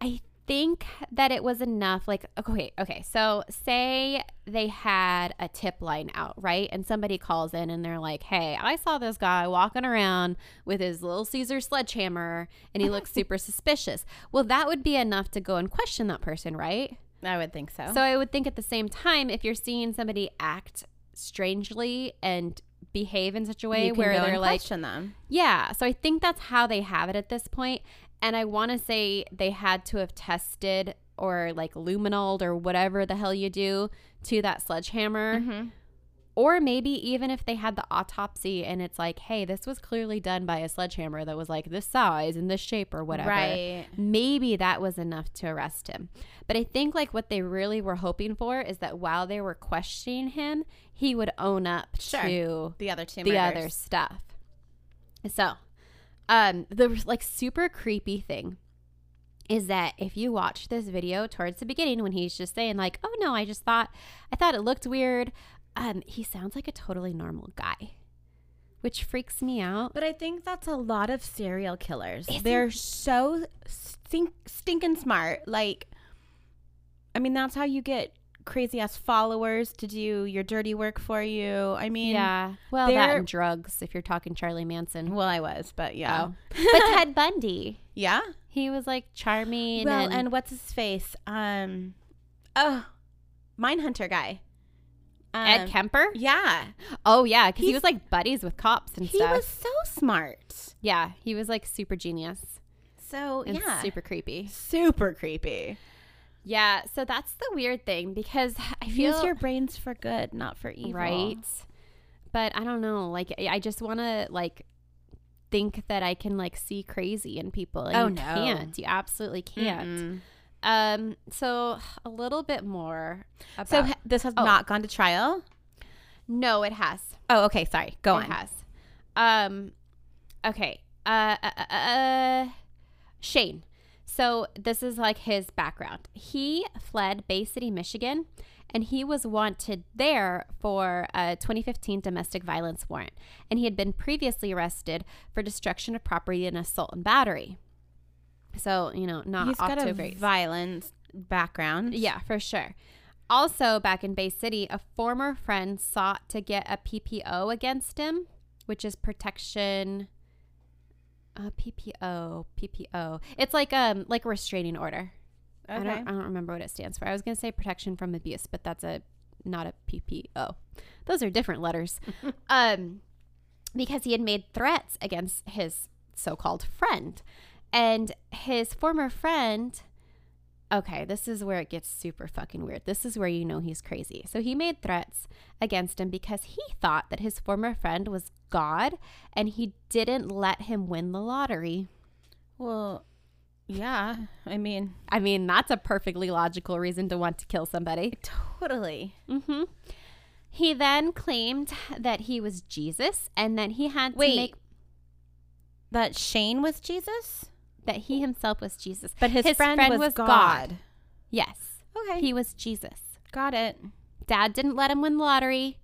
A: I think that it was enough like okay, okay. So say they had a tip line out, right? And somebody calls in and they're like, "Hey, I saw this guy walking around with his little Caesar sledgehammer and he looks super suspicious." Well, that would be enough to go and question that person, right?
C: I would think so.
A: So I would think at the same time, if you're seeing somebody act strangely and behave in such a way
C: You can
A: where
C: go
A: they're
C: and
A: like
C: question them.
A: yeah, so I think that's how they have it at this point. And I want to say they had to have tested or like luminoled or whatever the hell you do to that sledgehammer.
C: Mm-hmm.
A: Or maybe even if they had the autopsy and it's like, hey, this was clearly done by a sledgehammer that was like this size and this shape or whatever.
C: Right.
A: Maybe that was enough to arrest him. But I think like what they really were hoping for is that while they were questioning him, he would own up
C: Sure.
A: to
C: The other two.
A: the
C: murders.
A: other stuff. So, um, the like super creepy thing is that if you watch this video towards the beginning when he's just saying like, "Oh no, I just thought I thought it looked weird," um, he sounds like a totally normal guy, which freaks me out.
C: But I think that's a lot of serial killers. They're so stink, stinking smart. Like, I mean, that's how you get crazy ass followers to do your dirty work for you. I mean,
A: yeah, well, that
C: they're-
A: and drugs. If you're talking Charlie Manson, Oh.
C: Well, I was, but yeah,
A: but Ted Bundy,
C: yeah.
A: he was like charming.
C: well,
A: and,
C: and what's his face? Um, oh, Mindhunter guy. Um,
A: Ed Kemper.
C: Yeah,
A: Oh yeah, because he
C: he's-
A: was like buddies with cops and
C: he
A: stuff.
C: was so smart.
A: yeah, he was like super genius.
C: So
A: and
C: yeah,
A: super creepy.
C: super creepy.
A: Yeah, so that's the weird thing because I feel
C: Use your brains for good, not for evil.
A: right, but I don't know. Like, I I just want to like think that I can like see crazy in people. and
C: Oh,
A: you
C: no.
A: can't you absolutely can't.
C: Mm-mm.
A: Um, so a little bit more. About,
C: So ha- this has
A: Oh.
C: not gone to trial.
A: no, it has.
C: Oh, okay. Sorry. Go
A: it has. Um, okay. Uh, uh, uh, uh, Shane. So this is like his background. He fled Bay City, Michigan, and he was wanted there for a 2015 domestic violence warrant. And he had been previously arrested for destruction of property and assault and battery. So you know, not
C: He's
A: off
C: got
A: to
C: a
A: a great
C: violent background.
A: yeah, for sure. Also, back in Bay City, a former friend sought to get a PPO against him, which is protection. Uh, PPO, PPO. It's like um like a restraining order. I
C: Okay.
A: don't I don't remember what it stands for. I was gonna say protection from abuse, but that's a not a PPO. Those are different letters. um, because he had made threats against his so-called friend, and his former friend. Okay, this is where it gets super fucking weird. This is where you know he's crazy. So he made threats against him because he thought that his former friend was God and he didn't let him win the lottery.
C: Well, yeah. I mean,
A: I mean, that's a perfectly logical reason to want to kill somebody.
C: totally.
A: hmm He then claimed that he was Jesus and that he had
C: Wait.
A: to make
C: That Shane was Jesus,
A: that he himself was Jesus.
C: but his, friend, was, God.
A: Yes.
C: Okay.
A: He was Jesus.
C: got it.
A: Dad didn't let him win the lottery.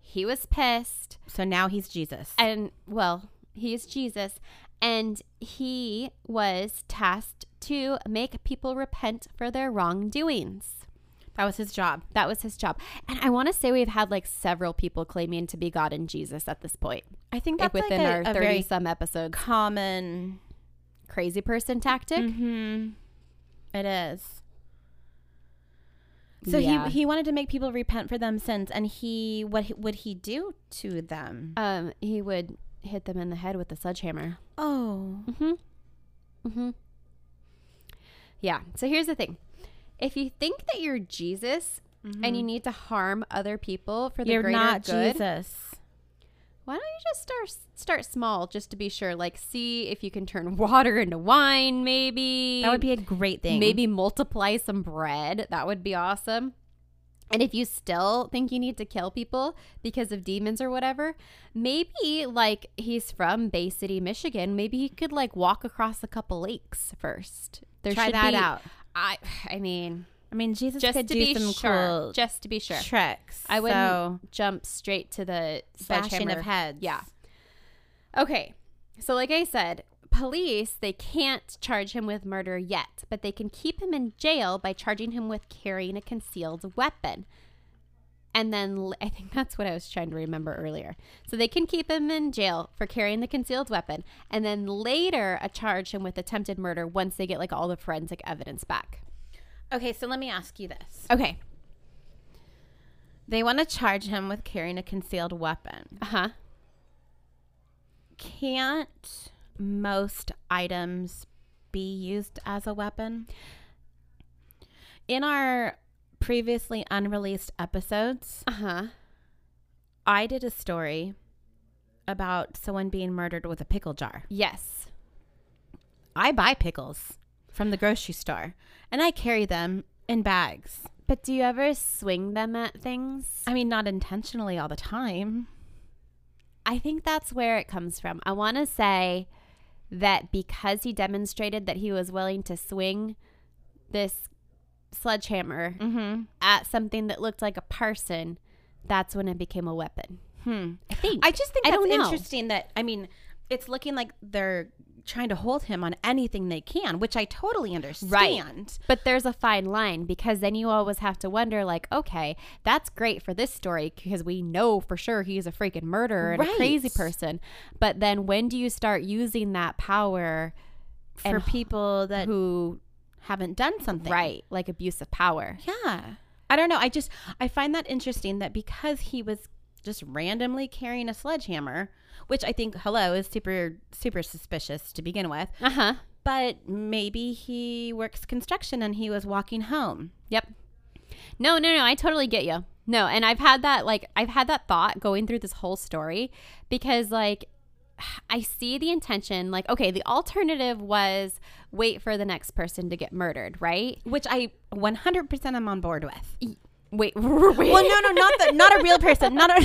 A: He was pissed.
C: So now he's Jesus.
A: And well, he is Jesus. And he was tasked to make people repent for their wrongdoings.
C: that was his job.
A: That was his job. And I want to say we've had like several people claiming to be God and Jesus at this point.
C: I think
A: Like
C: that's
A: within
C: like a,
A: our
C: a
A: 30
C: very
A: some episodes.
C: common.
A: Crazy person tactic.
C: Mm-hmm. It is. So
A: Yeah.
C: he he wanted to make people repent for them sins, and he what he- would he do to them?
A: Um, he would hit them in the head with a sledgehammer.
C: Oh,
A: Mm-hmm. Mm-hmm. Yeah. So here's the thing. If you think that you're Jesus and you need to harm other people for the
C: Mm-hmm. You're
A: greater
C: not
A: good,
C: Jesus.
A: why don't you just start start small just to be sure? Like, see if you can turn water into wine, maybe.
C: That would be a great thing.
A: Maybe multiply some bread. That would be awesome. And if you still think you need to kill people because of demons or whatever, maybe like he's from Bay City, Michigan. Maybe he could like walk across a couple lakes first. There
C: Try
A: should
C: that
A: be-
C: out.
A: I I mean,
C: I mean, Jesus
A: just
C: could
A: to
C: do
A: be
C: some
A: sure,
C: cool
A: just to be sure,
C: tricks.
A: I wouldn't
C: So,
A: jump straight to the
C: bashing
A: sledgehammer.
C: of heads.
A: Yeah. Okay. So, like I said, police, they can't charge him with murder yet, but they can keep him in jail by charging him with carrying a concealed weapon. And then l- I think that's what I was trying to remember earlier. So they can keep him in jail for carrying the concealed weapon and then later uh, charge him with attempted murder once they get like all the forensic evidence back.
C: Okay, so let me ask you this.
A: Okay.
C: They want to charge him with carrying a concealed weapon.
A: Uh huh.
C: Can't most items be used as a weapon? In our previously unreleased episodes,
A: Uh huh.
C: I did a story about someone being murdered with a pickle jar.
A: Yes.
C: I buy pickles from the grocery store and I carry them in bags.
A: But do you ever swing them at things?
C: I mean, not intentionally all the time.
A: I think that's where it comes from. I want to say that because he demonstrated that he was willing to swing this sledgehammer
C: Mm-hmm.
A: at something that looked like a person, that's when it became a weapon.
C: Hmm.
A: I think.
C: I just think
A: I
C: that's
A: don't know.
C: interesting that, I mean, it's looking like they're trying to hold him on anything they can, which I totally understand.
A: But there's a fine line because then you always have to wonder, like, okay, that's great for this story because we know for sure he's a freaking murderer and a crazy
C: Right.
A: person. But then when do you start using that power
C: For
A: And
C: people that
A: who,
C: haven't done something.
A: right, like abuse of power?
C: Yeah. I don't know. I just I find that interesting that because he was just randomly carrying a sledgehammer, which I think hello is super super suspicious to begin with,
A: Uh huh.
C: but maybe he works construction and he was walking home.
A: Yep. No, no, no. I totally get you. No, and I've had that like I've had that thought going through this whole story because like I see the intention like okay, the alternative was wait for the next person to get murdered, right?
C: Which I 100% am on board with.
A: Wait, wait.
C: Well, no, no, not the, not a real person, not a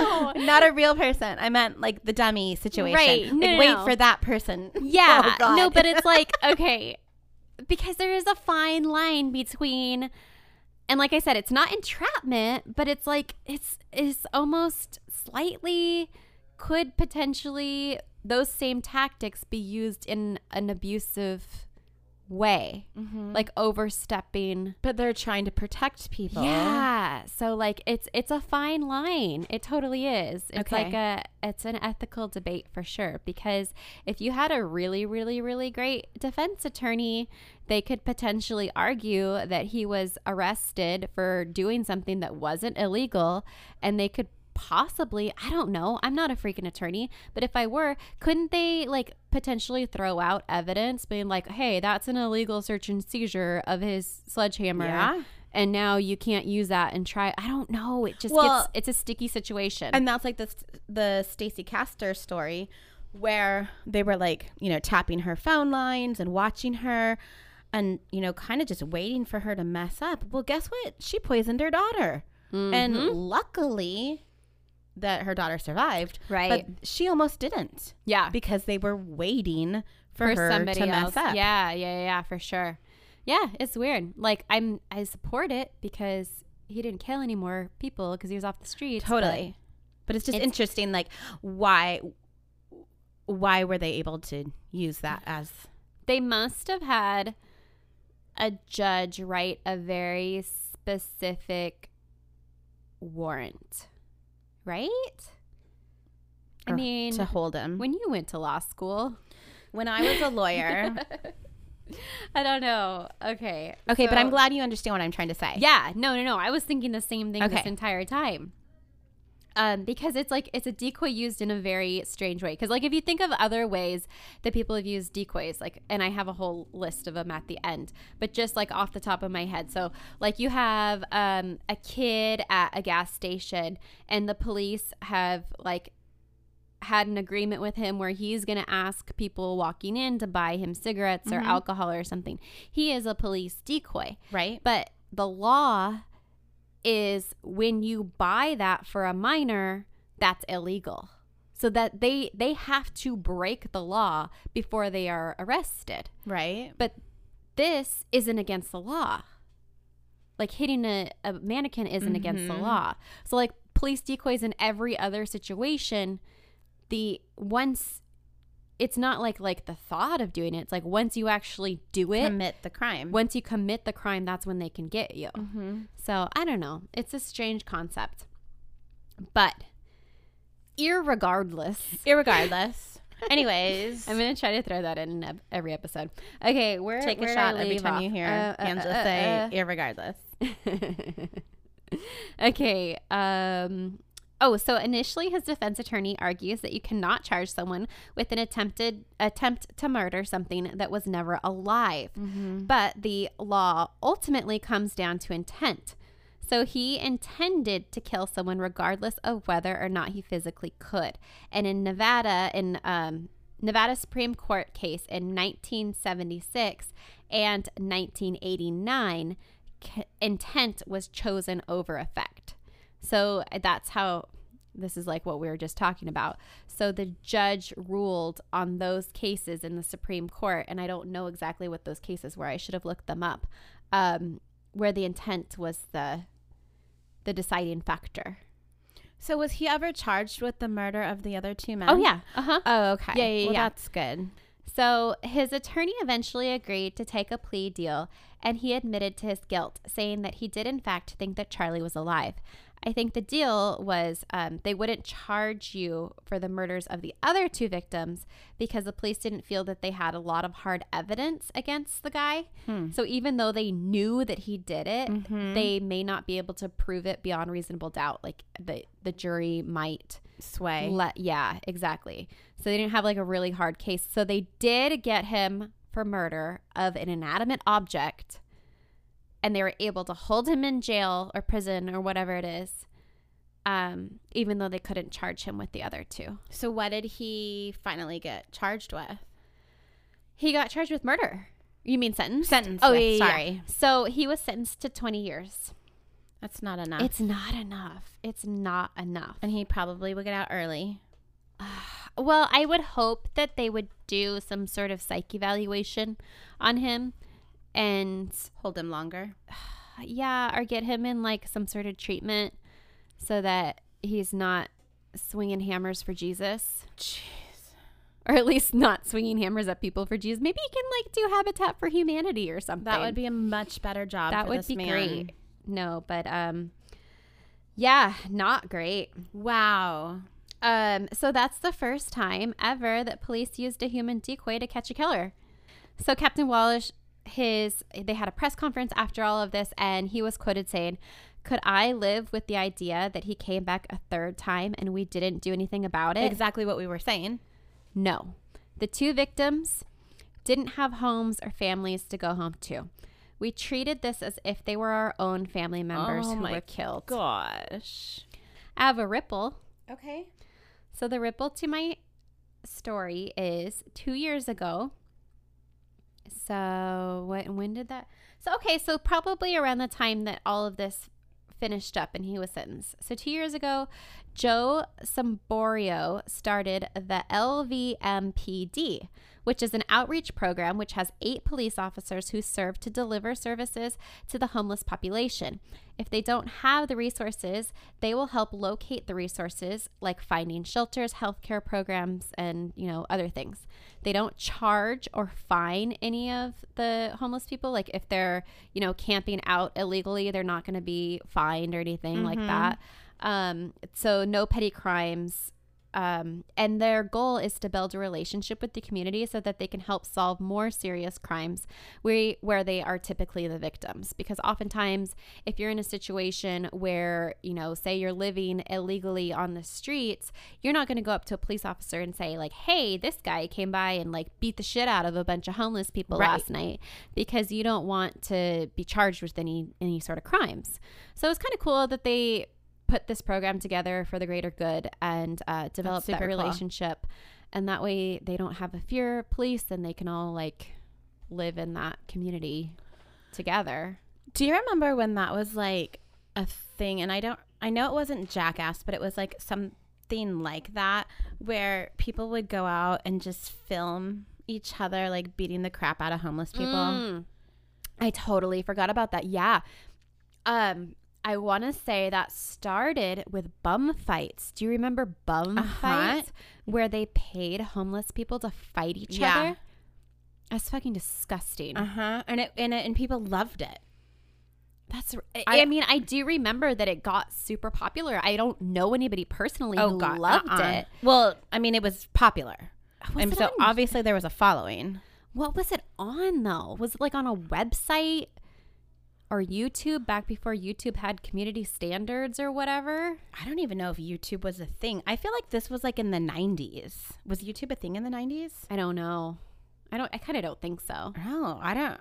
C: no, not a real person. I meant like the dummy situation.
A: Right.
C: Like,
A: No, no,
C: wait
A: no.
C: for that person.
A: Yeah.
C: Oh, God.
A: no, but it's like, okay, because there is a fine line between and like I said, it's not entrapment, but it's like it's it's almost slightly could potentially those same tactics be used in an abusive way, like overstepping.
C: Mm-hmm. but they're trying to protect people.
A: Yeah, so like it's it's a fine line. It totally is. It's like a it's an ethical debate for sure because if you had a really really really great defense attorney, they could potentially argue that he was arrested for doing something that wasn't illegal and they could possibly, I don't know, I'm not a freaking attorney, but if I were, couldn't they like potentially throw out evidence being like, "Hey, that's an illegal search and seizure of his sledgehammer."
C: Yeah.
A: and now you can't use that and try i don't know it just
C: Well-
A: gets it's a sticky situation
C: and that's like the the Stacy Castor story where they were like you know tapping her phone lines and watching her and you know kind of just waiting for her to mess up well guess what she poisoned her daughter and luckily that her daughter survived
A: Right.
C: but she almost didn't
A: yeah
C: because they were waiting for,
A: for,
C: her
A: somebody
C: to mess
A: else
C: up
A: yeah yeah yeah yeah, for sure yeah it's weird like i'm i support it because he didn't kill any more people because he was off the street
C: totally but it's just
A: It's-
C: interesting like why why were they able to use that as
A: they must have had a judge write a very specific warrant right i
C: or
A: mean
C: to hold him
A: when you went to law school
C: When I was a lawyer.
A: i don't know okay
C: okay, but I'm
A: so-
C: glad you understand what I'm trying to say.
A: Yeah, no, no, no. I was thinking the same thing this
C: Okay.
A: entire time. um, because it's like it's a decoy used in a very strange way. Because like if you think of other ways that people have used decoys, like and I have a whole list of them at the end, but just like off the top of my head, so like you have um, a kid at a gas station, and the police have like had an agreement with him where he's going to ask people walking in to buy him cigarettes or alcohol or something. He is a police decoy.
C: right?
A: But the law is when you buy that for a minor, that's illegal. So that they they have to break the law before they are arrested.
C: Right.
A: But this isn't against the law. Like hitting a, a mannequin isn't against the law. So like police decoys in every other situation, the once it's not like like the thought of doing it. It's like once you actually do it,
C: Commit the crime. Mm-hmm.
A: once you commit the crime, that's when they can get you. So I don't know. It's a strange concept. But irregardless,
C: Irregardless. Anyways,
A: I'm going to try to throw that in ev- every episode. Okay, where
C: take
A: where
C: a
A: I
C: shot every
A: leave
C: time
A: off.
C: you hear
A: Uh, uh,
C: Angela
A: uh,
C: say
A: uh.
C: irregardless.
A: okay. Um, oh, so initially, his defense attorney argues that you cannot charge someone with an attempted attempt to murder something that was never alive. But the law ultimately comes down to intent. So he intended to kill someone regardless of whether or not he physically could. And in Nevada, in um, Nevada Supreme Court case in 1976 and 1989, c- intent was chosen over effect. So uh, that's how this is like what we were just talking about. So the judge ruled on those cases in the Supreme Court, and I don't know exactly what those cases were. I should have looked them up. Um, where the intent was the the deciding factor.
C: So was he ever charged with the murder of the other two men?
A: Oh yeah, uh huh.
C: Oh okay.
A: Yeah, yeah,
C: Well,
A: yeah.
C: That's good.
A: So his attorney eventually agreed to take a plea deal, and he admitted to his guilt, saying that he did in fact think that Charlie was alive. I think the deal was um, they wouldn't charge you for the murders of the other two victims because the police didn't feel that they had a lot of hard evidence against the guy. So even though they knew that he did it, they may not be able to prove it beyond reasonable doubt. Like the the jury might
C: Sway.
A: let yeah, exactly. So they didn't have like a really hard case. So they did get him for murder of an inanimate object, and they were able to hold him in jail or prison or whatever it is, um, even though they couldn't charge him with the other two.
C: so what did he finally get charged with?
A: He got charged with murder. You mean sentence?
C: Sentenced
A: Oh,
C: with,
A: yeah, yeah, yeah.
C: sorry.
A: So he was sentenced to 20 years.
C: That's not enough.
A: It's not enough. It's not enough.
C: and he probably would get out early.
A: Well, I would hope that they would do some sort of psych evaluation on him and
C: Hold him longer.
A: yeah, or get him in like some sort of treatment so that he's not swinging hammers for Jesus
C: Jeez.
A: or at least not swinging hammers at people for Jesus. Maybe he can like do Habitat for Humanity or something.
C: That would be a much better job.
A: that
C: for
A: would
C: this
A: be
C: man.
A: great. No, but um yeah, not great.
C: Wow.
A: Um, so that's the first time ever that police used a human decoy to catch a killer. So Captain Walsh, his they had a press conference after all of this, and he was quoted saying, "Could I live with the idea that he came back a third time and we didn't do anything about it?
C: Exactly what we were saying.
A: No. The two victims didn't have homes or families to go home to. We treated this as if they were our own family members
C: Oh
A: who
C: my
A: were killed.
C: Gosh.
A: I have a ripple."
C: Okay.
A: So the ripple to my story is two years ago. So what? When did that? So okay, so probably around the time that all of this finished up and he was sentenced. So two years ago, Joe Samborio started the LVMPD, which is an outreach program which has eight police officers who serve to deliver services to the homeless population. If they don't have the resources, they will help locate the resources like finding shelters, healthcare programs, and you know other things. They don't charge or fine any of the homeless people. Like if they're you know camping out illegally, they're not going to be fined or anything like that. Um, so no petty crimes um, and their goal is to build a relationship with the community so that they can help solve more serious crimes where, where they are typically the victims. Because oftentimes, if you're in a situation where, you know, say you're living illegally on the streets, you're not going to go up to a police officer and say, like, hey, this guy came by and like beat the shit out of a bunch of homeless people
C: Right.
A: last night because you don't want to be charged with any any sort of crimes. So it's kind of cool that they put this program together for the greater good and uh, develop that
C: super cool.
A: relationship. And that way they don't have a fear of police and they can all like live in that community together.
C: Do you remember when that was like a thing? And I don't, I know it wasn't Jackass, but it was like something like that where people would go out and just film each other, like beating the crap out of homeless people.
A: Mm. I totally forgot about that. Yeah. Um, I want to say that started with bum fights. Do you remember bum
C: Uh-huh.
A: fights where they paid homeless people to fight each
C: Yeah.
A: other? That's fucking disgusting.
C: Uh huh. And it, and it, and people loved it.
A: That's. I,
C: I-
A: I mean, I do remember that it got super popular. I don't know anybody personally
C: Oh,
A: who loved
C: loved
A: it.
C: it. Well, I mean, it was popular,
A: Was
C: and
A: it
C: Uh-uh. so
A: on-
C: obviously there was a following.
A: What was it on though? Was it like on a website or YouTube back before YouTube had community standards or whatever?
C: I don't even know if YouTube was a thing. I feel like this was like in the '90s. Was YouTube a thing in the '90s?
A: I don't know. I don't. I kind of don't think so.
C: Oh, I don't.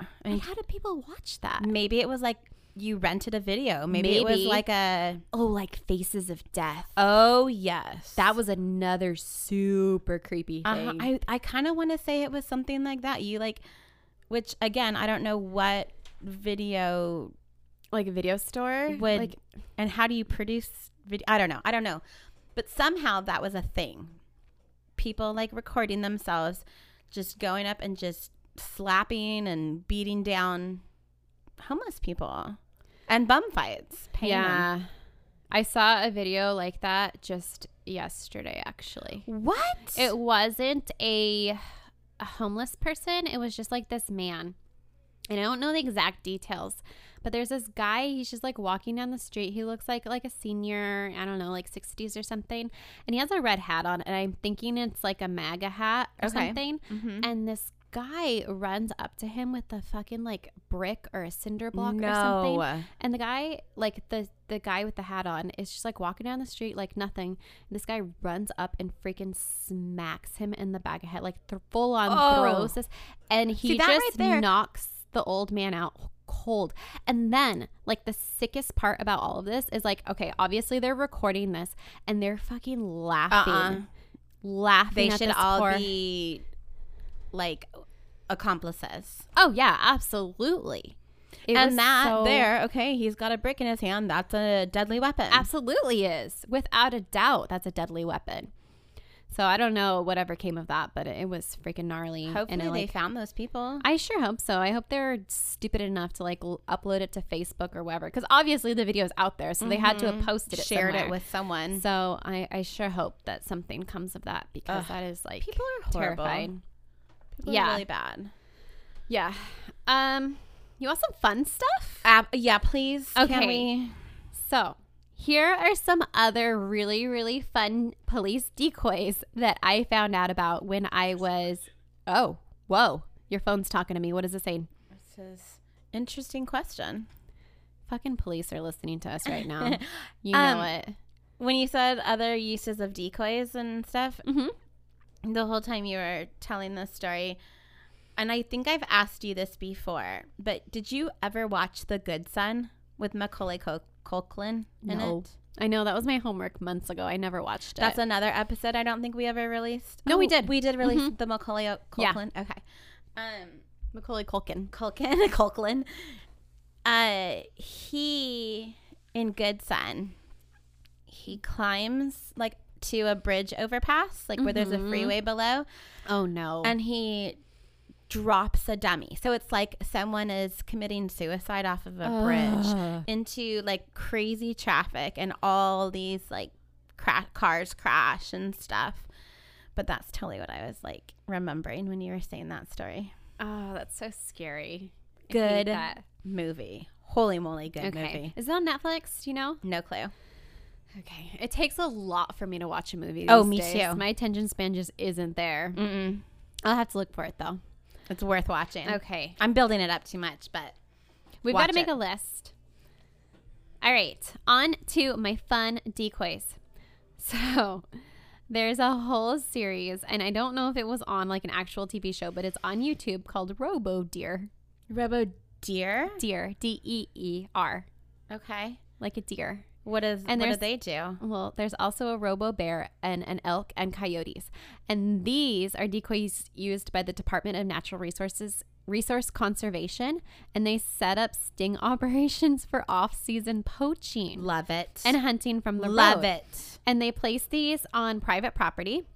C: I
A: Like,
C: mean,
A: how do people watch that?
C: maybe it was like you rented a video. Maybe, it was
A: Maybe.
C: like a.
A: Oh, like Faces of Death.
C: Oh yes,
A: that was another super creepy thing.
C: Uh-huh. I I kind of want to say it was something like that. You like, which again, I don't know what video
A: like a video store.
C: would
A: like
C: and how do you produce video i don't know i don't know but somehow that was a thing people like recording themselves just going up and just slapping and beating down homeless people and bum fights paying
A: yeah. I saw a video like that just yesterday, actually.
C: them. what
A: It wasn't a, a homeless person. It was just like this man. And I don't know the exact details, but there's this guy. He's just like walking down the street. He looks like like a senior. I don't know, like 60s or something. And he has a red hat on, and I'm thinking it's like a MAGA hat or
C: Okay.
A: something.
C: Mhm.
A: And this guy runs up to him with a fucking like brick or a
C: Mm-hmm.
A: cinder block or something. And the guy, like the the guy with the hat on, is just like walking down the street like nothing. And this guy runs up and freaking smacks him in the back of head, like th- full on
C: Oh.
A: throws this, and he
C: See, that right
A: just
C: there-
A: knocks the old man out cold. And then, like the sickest part about all of this is like, okay, obviously they're recording this, and they're fucking laughing,
C: Uh-uh.
A: laughing.
C: they
A: at
C: should
A: this
C: all
A: poor-
C: be like accomplices
A: Oh yeah, absolutely. It was
C: and that
A: so-
C: there okay he's got a brick in his hand that's a deadly weapon
A: Absolutely is. Without a doubt, that's a deadly weapon. So I don't know whatever came of that, but it, it was freaking gnarly.
C: hopefully
A: and I,
C: they
A: like,
C: found those people
A: I sure hope so. I hope they're stupid enough to like l- upload it to Facebook or wherever, because obviously the video's out there, so they had to have posted it,
C: Mm-hmm. shared
A: somewhere.
C: it with someone.
A: So I, I sure hope that something comes of that because
C: Ugh.
A: that is like
C: People are horrible.
A: terrifying.
C: People are
A: yeah.
C: really bad.
A: Yeah. Um, you want some fun stuff?
C: Uh, yeah, please. Can
A: Okay.
C: we?
A: So, here are some other really, really fun police decoys that I found out about when I was. Oh, whoa. Your phone's talking to me. What is it saying?
C: This is interesting question.
A: Fucking police are listening to us right now. You know
C: Um,
A: it.
C: When you said other uses of decoys and stuff,
A: Mm-hmm.
C: the whole time you were telling this story, and I think I've asked you this before, but did you ever watch The Good Son with Macaulay Cul- Culkin in
A: No.
C: it?
A: I know that was my homework months ago. I never watched it.
C: That's another episode I don't think we ever released. Oh,
A: No, we did.
C: We did release
A: Mhm.
C: the Macaulay
A: Yeah.
C: Culkin. Okay. Um,
A: Macaulay Culkin.
C: Culkin, Culkin. Uh, he in Good Son, he climbs like to a bridge overpass, like where there's a
A: Mhm.
C: freeway below,
A: Oh no.
C: and he drops a dummy. So it's like someone is committing suicide off of a bridge
A: Ugh.
C: into like crazy traffic, and all these like cra- cars crash and stuff. But that's totally what I was like remembering when you were saying that story.
A: Oh, that's so scary. I hate
C: Good.
A: that.
C: movie. Holy moly, good
A: Okay.
C: movie.
A: Is it on Netflix? Do you know?
C: No clue.
A: Okay. It takes a lot for me to watch a movie.
C: Oh,
A: these
C: me
A: days.
C: too. Mm.
A: My attention span just isn't there.
C: Mm-mm.
A: I'll have to look for it though.
C: It's worth watching.
A: Okay.
C: I'm building it up too much, but
A: We've got
C: Watch
A: to make
C: it.
A: a list. All right, on to my fun decoys. So there's a whole series, and I don't know if it was on like an actual TV show, but it's on YouTube called Robo Deer.
C: Robo Deer.
A: Deer, D E E R,
C: Okay.
A: like a deer.
C: What is
A: And
C: and what do
A: there's-
C: they do?
A: Well, there's also a robo bear and an elk and coyotes. And these are decoys used by the Department of Natural Resources Resource Conservation and they set up sting operations for off-season poaching
C: Love it.
A: and hunting from the
C: love
A: road.
C: it.
A: And they place these on private property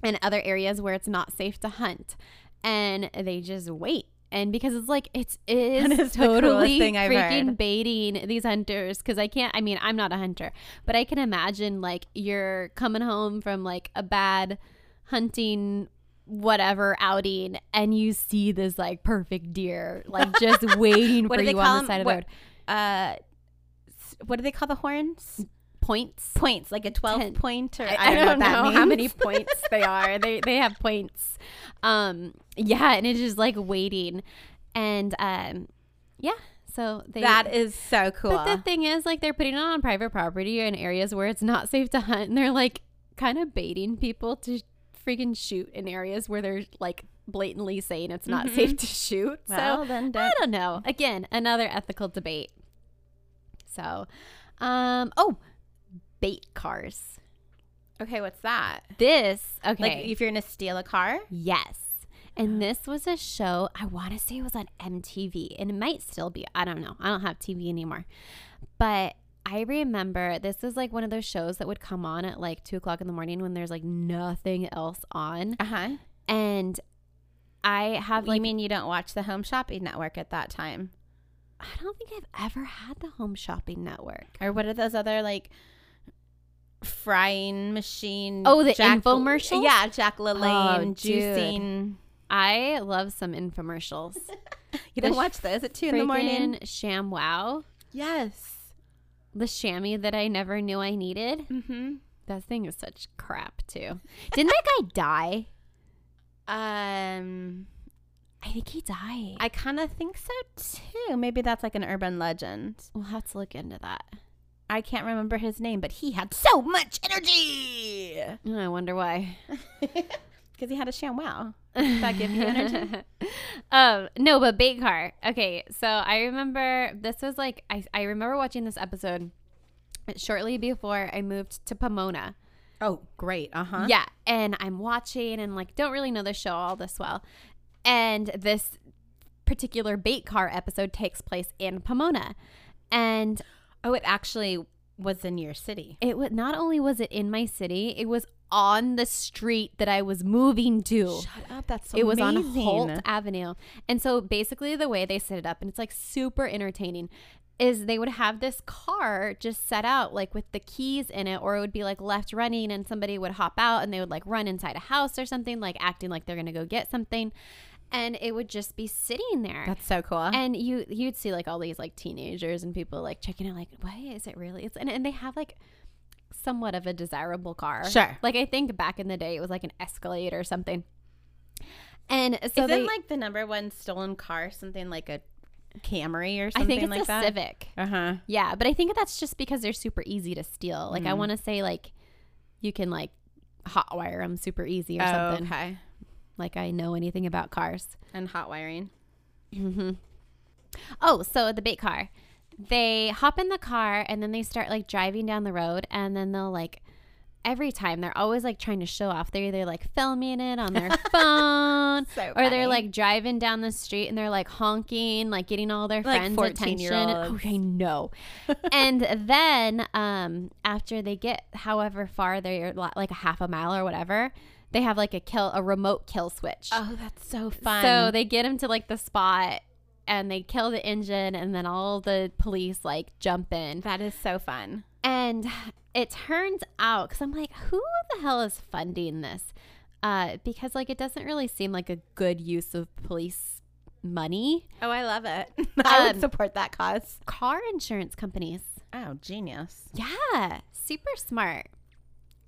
A: and other areas where it's not safe to hunt. And they just wait. And because it's like it's it
C: That
A: is
C: is the coolest
A: totally
C: thing I've
A: freaking
C: heard.
A: baiting these hunters because I can't. I mean, I'm not a hunter, but I can imagine like you're coming home from like a bad hunting whatever outing, and you see this like perfect deer like just waiting
C: What
A: for
C: do they
A: you
C: call
A: on the
C: them?
A: side of the
C: What-
A: road.
C: Uh, s- what do they call the horns?
A: Points.
C: Points, like a twelve
A: Ten.
C: point, or I,
A: I,
C: don't, know, what that
A: how many
C: means.
A: points they are. they they have points. Um, yeah, and it's just like waiting, and um, yeah. So they
C: that is so cool.
A: But the thing is, like, they're putting it on private property in areas where it's not safe to hunt, and they're like kind of baiting people to freaking shoot in areas where they're like blatantly saying it's not safe to shoot. so
C: Mm-hmm. Well, then
A: I
C: don't-
A: don't know. Again, another ethical debate. So, um, oh, bait cars.
C: okay, what's that?
A: This okay.
C: Like if you're gonna steal a car,
A: yes. And this was a show I want to say it was on MTV and it might still be. I don't know. I don't have TV anymore. But I remember this was like one of those shows that would come on at like two o'clock in the morning when there's like nothing else on.
C: uh huh.
A: And I have Uh-huh. like,
C: you mean you don't watch the Home Shopping Network at that time,
A: I don't think I've ever had the home shopping network.
C: or what are those other like frying machine?
A: Oh, the infomercials?
C: Yeah, Jack LaLanne
A: Oh, dude.
C: juicing.
A: I love some infomercials.
C: You
A: The
C: don't watch those at two in the morning.
A: Freaking Sham Wow.
C: Yes.
A: The chamois that I never knew I needed.
C: Mm-hmm.
A: That thing is such crap too. Didn't that guy die?
C: Um,
A: I think he died.
C: I kind of think so too. Maybe that's like an urban legend.
A: we'll have to look into that.
C: I can't remember his name, but he had so much energy
A: Oh, I wonder why.
C: because he had a sham wow. Does that give you energy?
A: um, no, but bait car. Okay, so I remember this was like I, I remember watching this episode shortly before I moved to Pomona.
C: Oh, great. Uh huh.
A: Yeah, and I'm watching and like don't really know the show all this well. And this particular bait car episode takes place in Pomona. And
C: Oh, it actually was in your city.
A: it was not only was it in my city, it was on the street that I was moving to.
C: Shut up. That's so
A: it was on Holt Avenue. And so basically the way they set it up and it's like super entertaining is they would have this car just set out like with the keys in it or it would be like left running and somebody would hop out and they would like run inside a house or something like acting like they're going to go get something and it would just be sitting there.
C: That's so cool.
A: And you you'd see like all these like teenagers and people like checking out like what is it really? It's and, and they have like somewhat of a desirable car.
C: Sure.
A: Like I think back in the day it was like an Escalade or something. And so
C: Isn't
A: they
C: like the number one stolen car something like a Camry or
A: I
C: something
A: think it's
C: like
A: a
C: that?
A: Civic.
C: Uh huh.
A: Yeah, but I think that's just because they're super easy to steal. Like
C: Mm.
A: I want to say like you can like hotwire them super easy or something.
C: Oh, okay.
A: Like I know anything about cars.
C: And hot wiring.
A: Oh, so the bait car. They hop in the car and then they start like driving down the road and then they'll like every time they're always like trying to show off. They're either like filming it on their phone
C: So
A: or they're
C: funny.
A: like driving down the street and they're like honking, like getting all their
C: Like
A: friends' attention.
C: 14-year-olds.
A: Oh, I know. and then um after they get however far they're li- like a half a mile or whatever, they have like a kill a remote kill switch.
C: Oh, that's so fun.
A: So they get him to like the spot and they kill the engine and then all the police like jump in.
C: that is so fun.
A: And it turns out cuz I'm like who the hell is funding this? Uh because like it doesn't really seem like a good use of police money.
C: Oh, I love it. I would
A: Um,
C: support that cause.
A: Car insurance companies.
C: Oh, genius.
A: Yeah, super smart.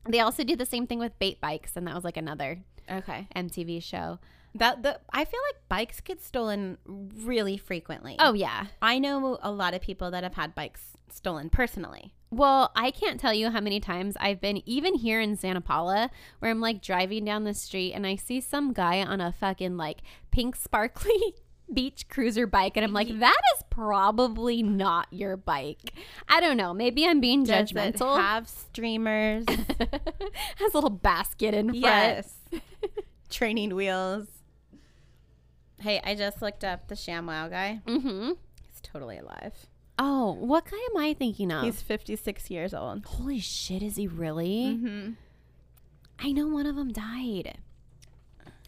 A: They also do the same thing with bait bikes, and that was like another
C: Okay.
A: MTV show.
C: That the I feel like bikes get stolen really frequently.
A: Oh, yeah.
C: I know a lot of people that have had bikes stolen personally.
A: Well, I can't tell you how many times I've been, even here in Santa Paula, where I'm like driving down the street and I see some guy on a fucking like pink sparkly beach cruiser bike. And I'm like, that is probably not your bike. I don't know. Maybe I'm being
C: Does
A: judgmental.
C: it have streamers?
A: Has a little basket in front.
C: Training wheels. Hey, I just looked up the ShamWow guy.
A: Mm-hmm.
C: He's totally alive.
A: Oh, what guy am I thinking of?
C: He's 56 years old.
A: Holy shit, is he really?
C: Mm-hmm.
A: I know one of them died.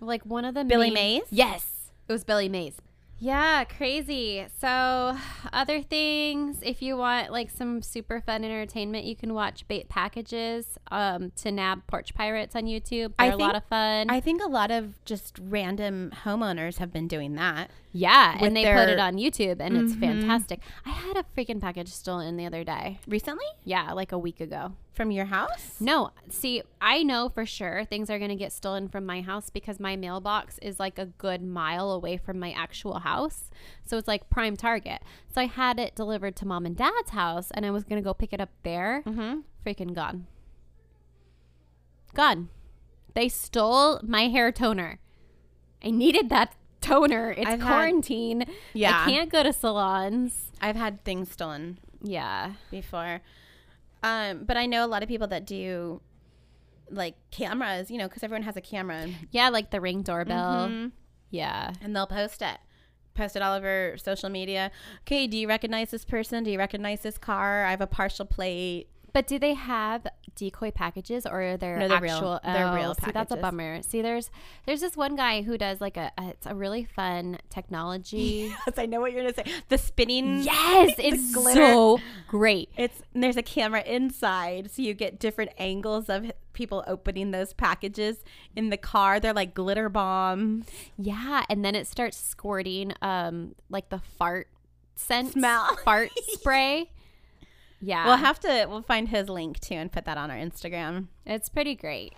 A: Like one of the
C: Billy
A: main-
C: Mays?
A: Yes, it was Billy Mays. Yeah, crazy. So, other things, if you want like some super fun entertainment, you can watch Bait Packages um, to nab porch pirates on YouTube.
C: I
A: They're a
C: think-
A: lot of fun.
C: I think a lot of just random homeowners have been doing that.
A: yeah,
C: with
A: and they
C: their-
A: put it on YouTube, and it's fantastic. I had a freaking package stolen the other day.
C: Recently?
A: Yeah, like a week ago.
C: From your house?
A: No, see, I know for sure things are going to get stolen from my house because my mailbox is like a good mile away from my actual house. So it's like prime target. So I had it delivered to mom and dad's house and I was going to go pick it up there.
C: Mm-hmm.
A: Freaking gone. Gone. They stole my hair toner. I needed that toner. It's
C: I've had-
A: quarantine.
C: Yeah.
A: I can't go to salons.
C: I've had things stolen
A: Yeah.
C: before. Um, but I know a lot of people that do like cameras, you know, because everyone has a camera.
A: Yeah, like the ring doorbell.
C: Mm-hmm.
A: Yeah.
C: and they'll post it post it all over social media okay do you recognize this person do you recognize this car i have a partial plate
A: But do they have decoy packages or are there
C: No, they're real-
A: actual?
C: they're
A: oh,
C: real
A: See, that's a
C: packages.
A: bummer. See, there's there's this one guy who does like a, a it's a really fun technology.
C: yes i know what you're gonna say the spinning
A: yes, it's
C: glitter.
A: so great.
C: it's and there's a camera inside so you get different angles of people opening those packages in the car they're like glitter bombs
A: Yeah, and then it starts squirting um like the fart scent
C: Smell.
A: fart spray. Yeah,
C: we'll have to we'll find his link too and put that on our instagram
A: it's pretty great.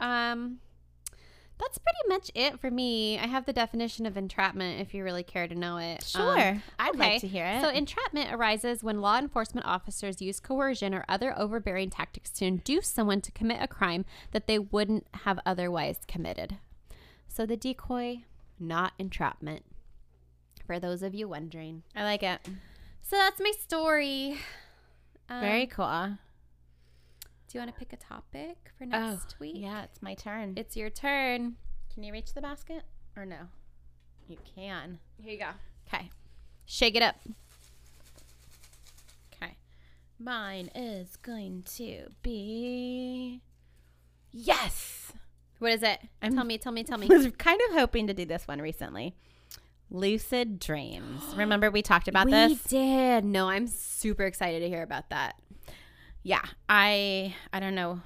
A: Um. That's pretty much it for me. I have the definition of entrapment if you really care to know it. Um,
C: i'd
A: Okay.
C: like to hear it
A: So, entrapment arises when law enforcement officers use coercion or other overbearing tactics to induce someone to commit a crime that they wouldn't have otherwise committed. So, the decoy, not entrapment. For those of you wondering.
C: i like it
A: So, that's my story. Um,
C: very cool
A: Do you want to pick a topic for next week?
C: Oh, yeah it's my turn
A: It's your turn.
C: Can you reach the basket or no? You can.
A: Here you go.
C: Okay.
A: Shake it up.
C: Okay. Mine is going to be Yes.
A: What is it?
C: I'm-
A: tell me, tell me, tell
C: I
A: me.
C: was kind of hoping to do this one recently. Lucid dreams. Remember we talked about
A: we
C: this?
A: did. No, I'm super excited to hear about that.
C: Yeah. I I don't know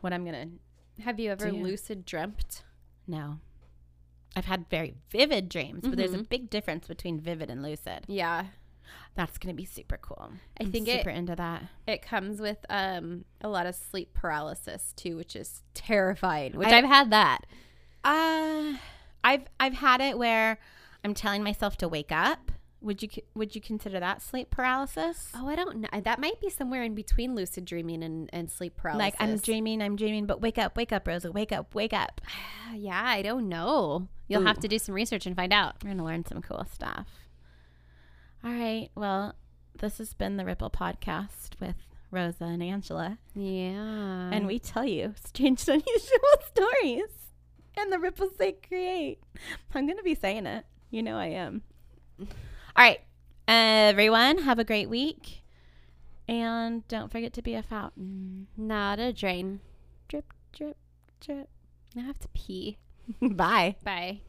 C: what I'm going to
A: Have you ever
C: Do you-
A: lucid dreamt?
C: know. I've had very vivid dreams, but there's a
A: Mm-hmm.
C: big difference between vivid and lucid.
A: Yeah.
C: That's going to be super cool.
A: I think it-
C: super into that.
A: It comes with um, a lot of sleep paralysis too, which is terrifying. Which I,
C: I-
A: have had that.
C: Uh, I've I've had it where I'm telling myself to wake up. Would you c- would you consider that sleep paralysis?
A: Oh, I don't know. That might be somewhere in between lucid dreaming and, and sleep paralysis.
C: like I'm dreaming, I'm dreaming, but wake up, wake up, Rosa, wake up, wake up.
A: Yeah, I don't know. You'll have
C: Ooh.
A: to do some research and find out.
C: We're gonna learn some cool stuff. All right, well, this has been the Ripple Podcast with Rosa and Angela,
A: Yeah.
C: and we tell you strange, and unusual stories, and the ripples they create. I'm gonna be saying it. You know I am. All right. Everyone, have a great week. And don't forget to be a fountain.
A: not a drain.
C: Drip, drip, drip.
A: I have to pee.
C: Bye.
A: Bye.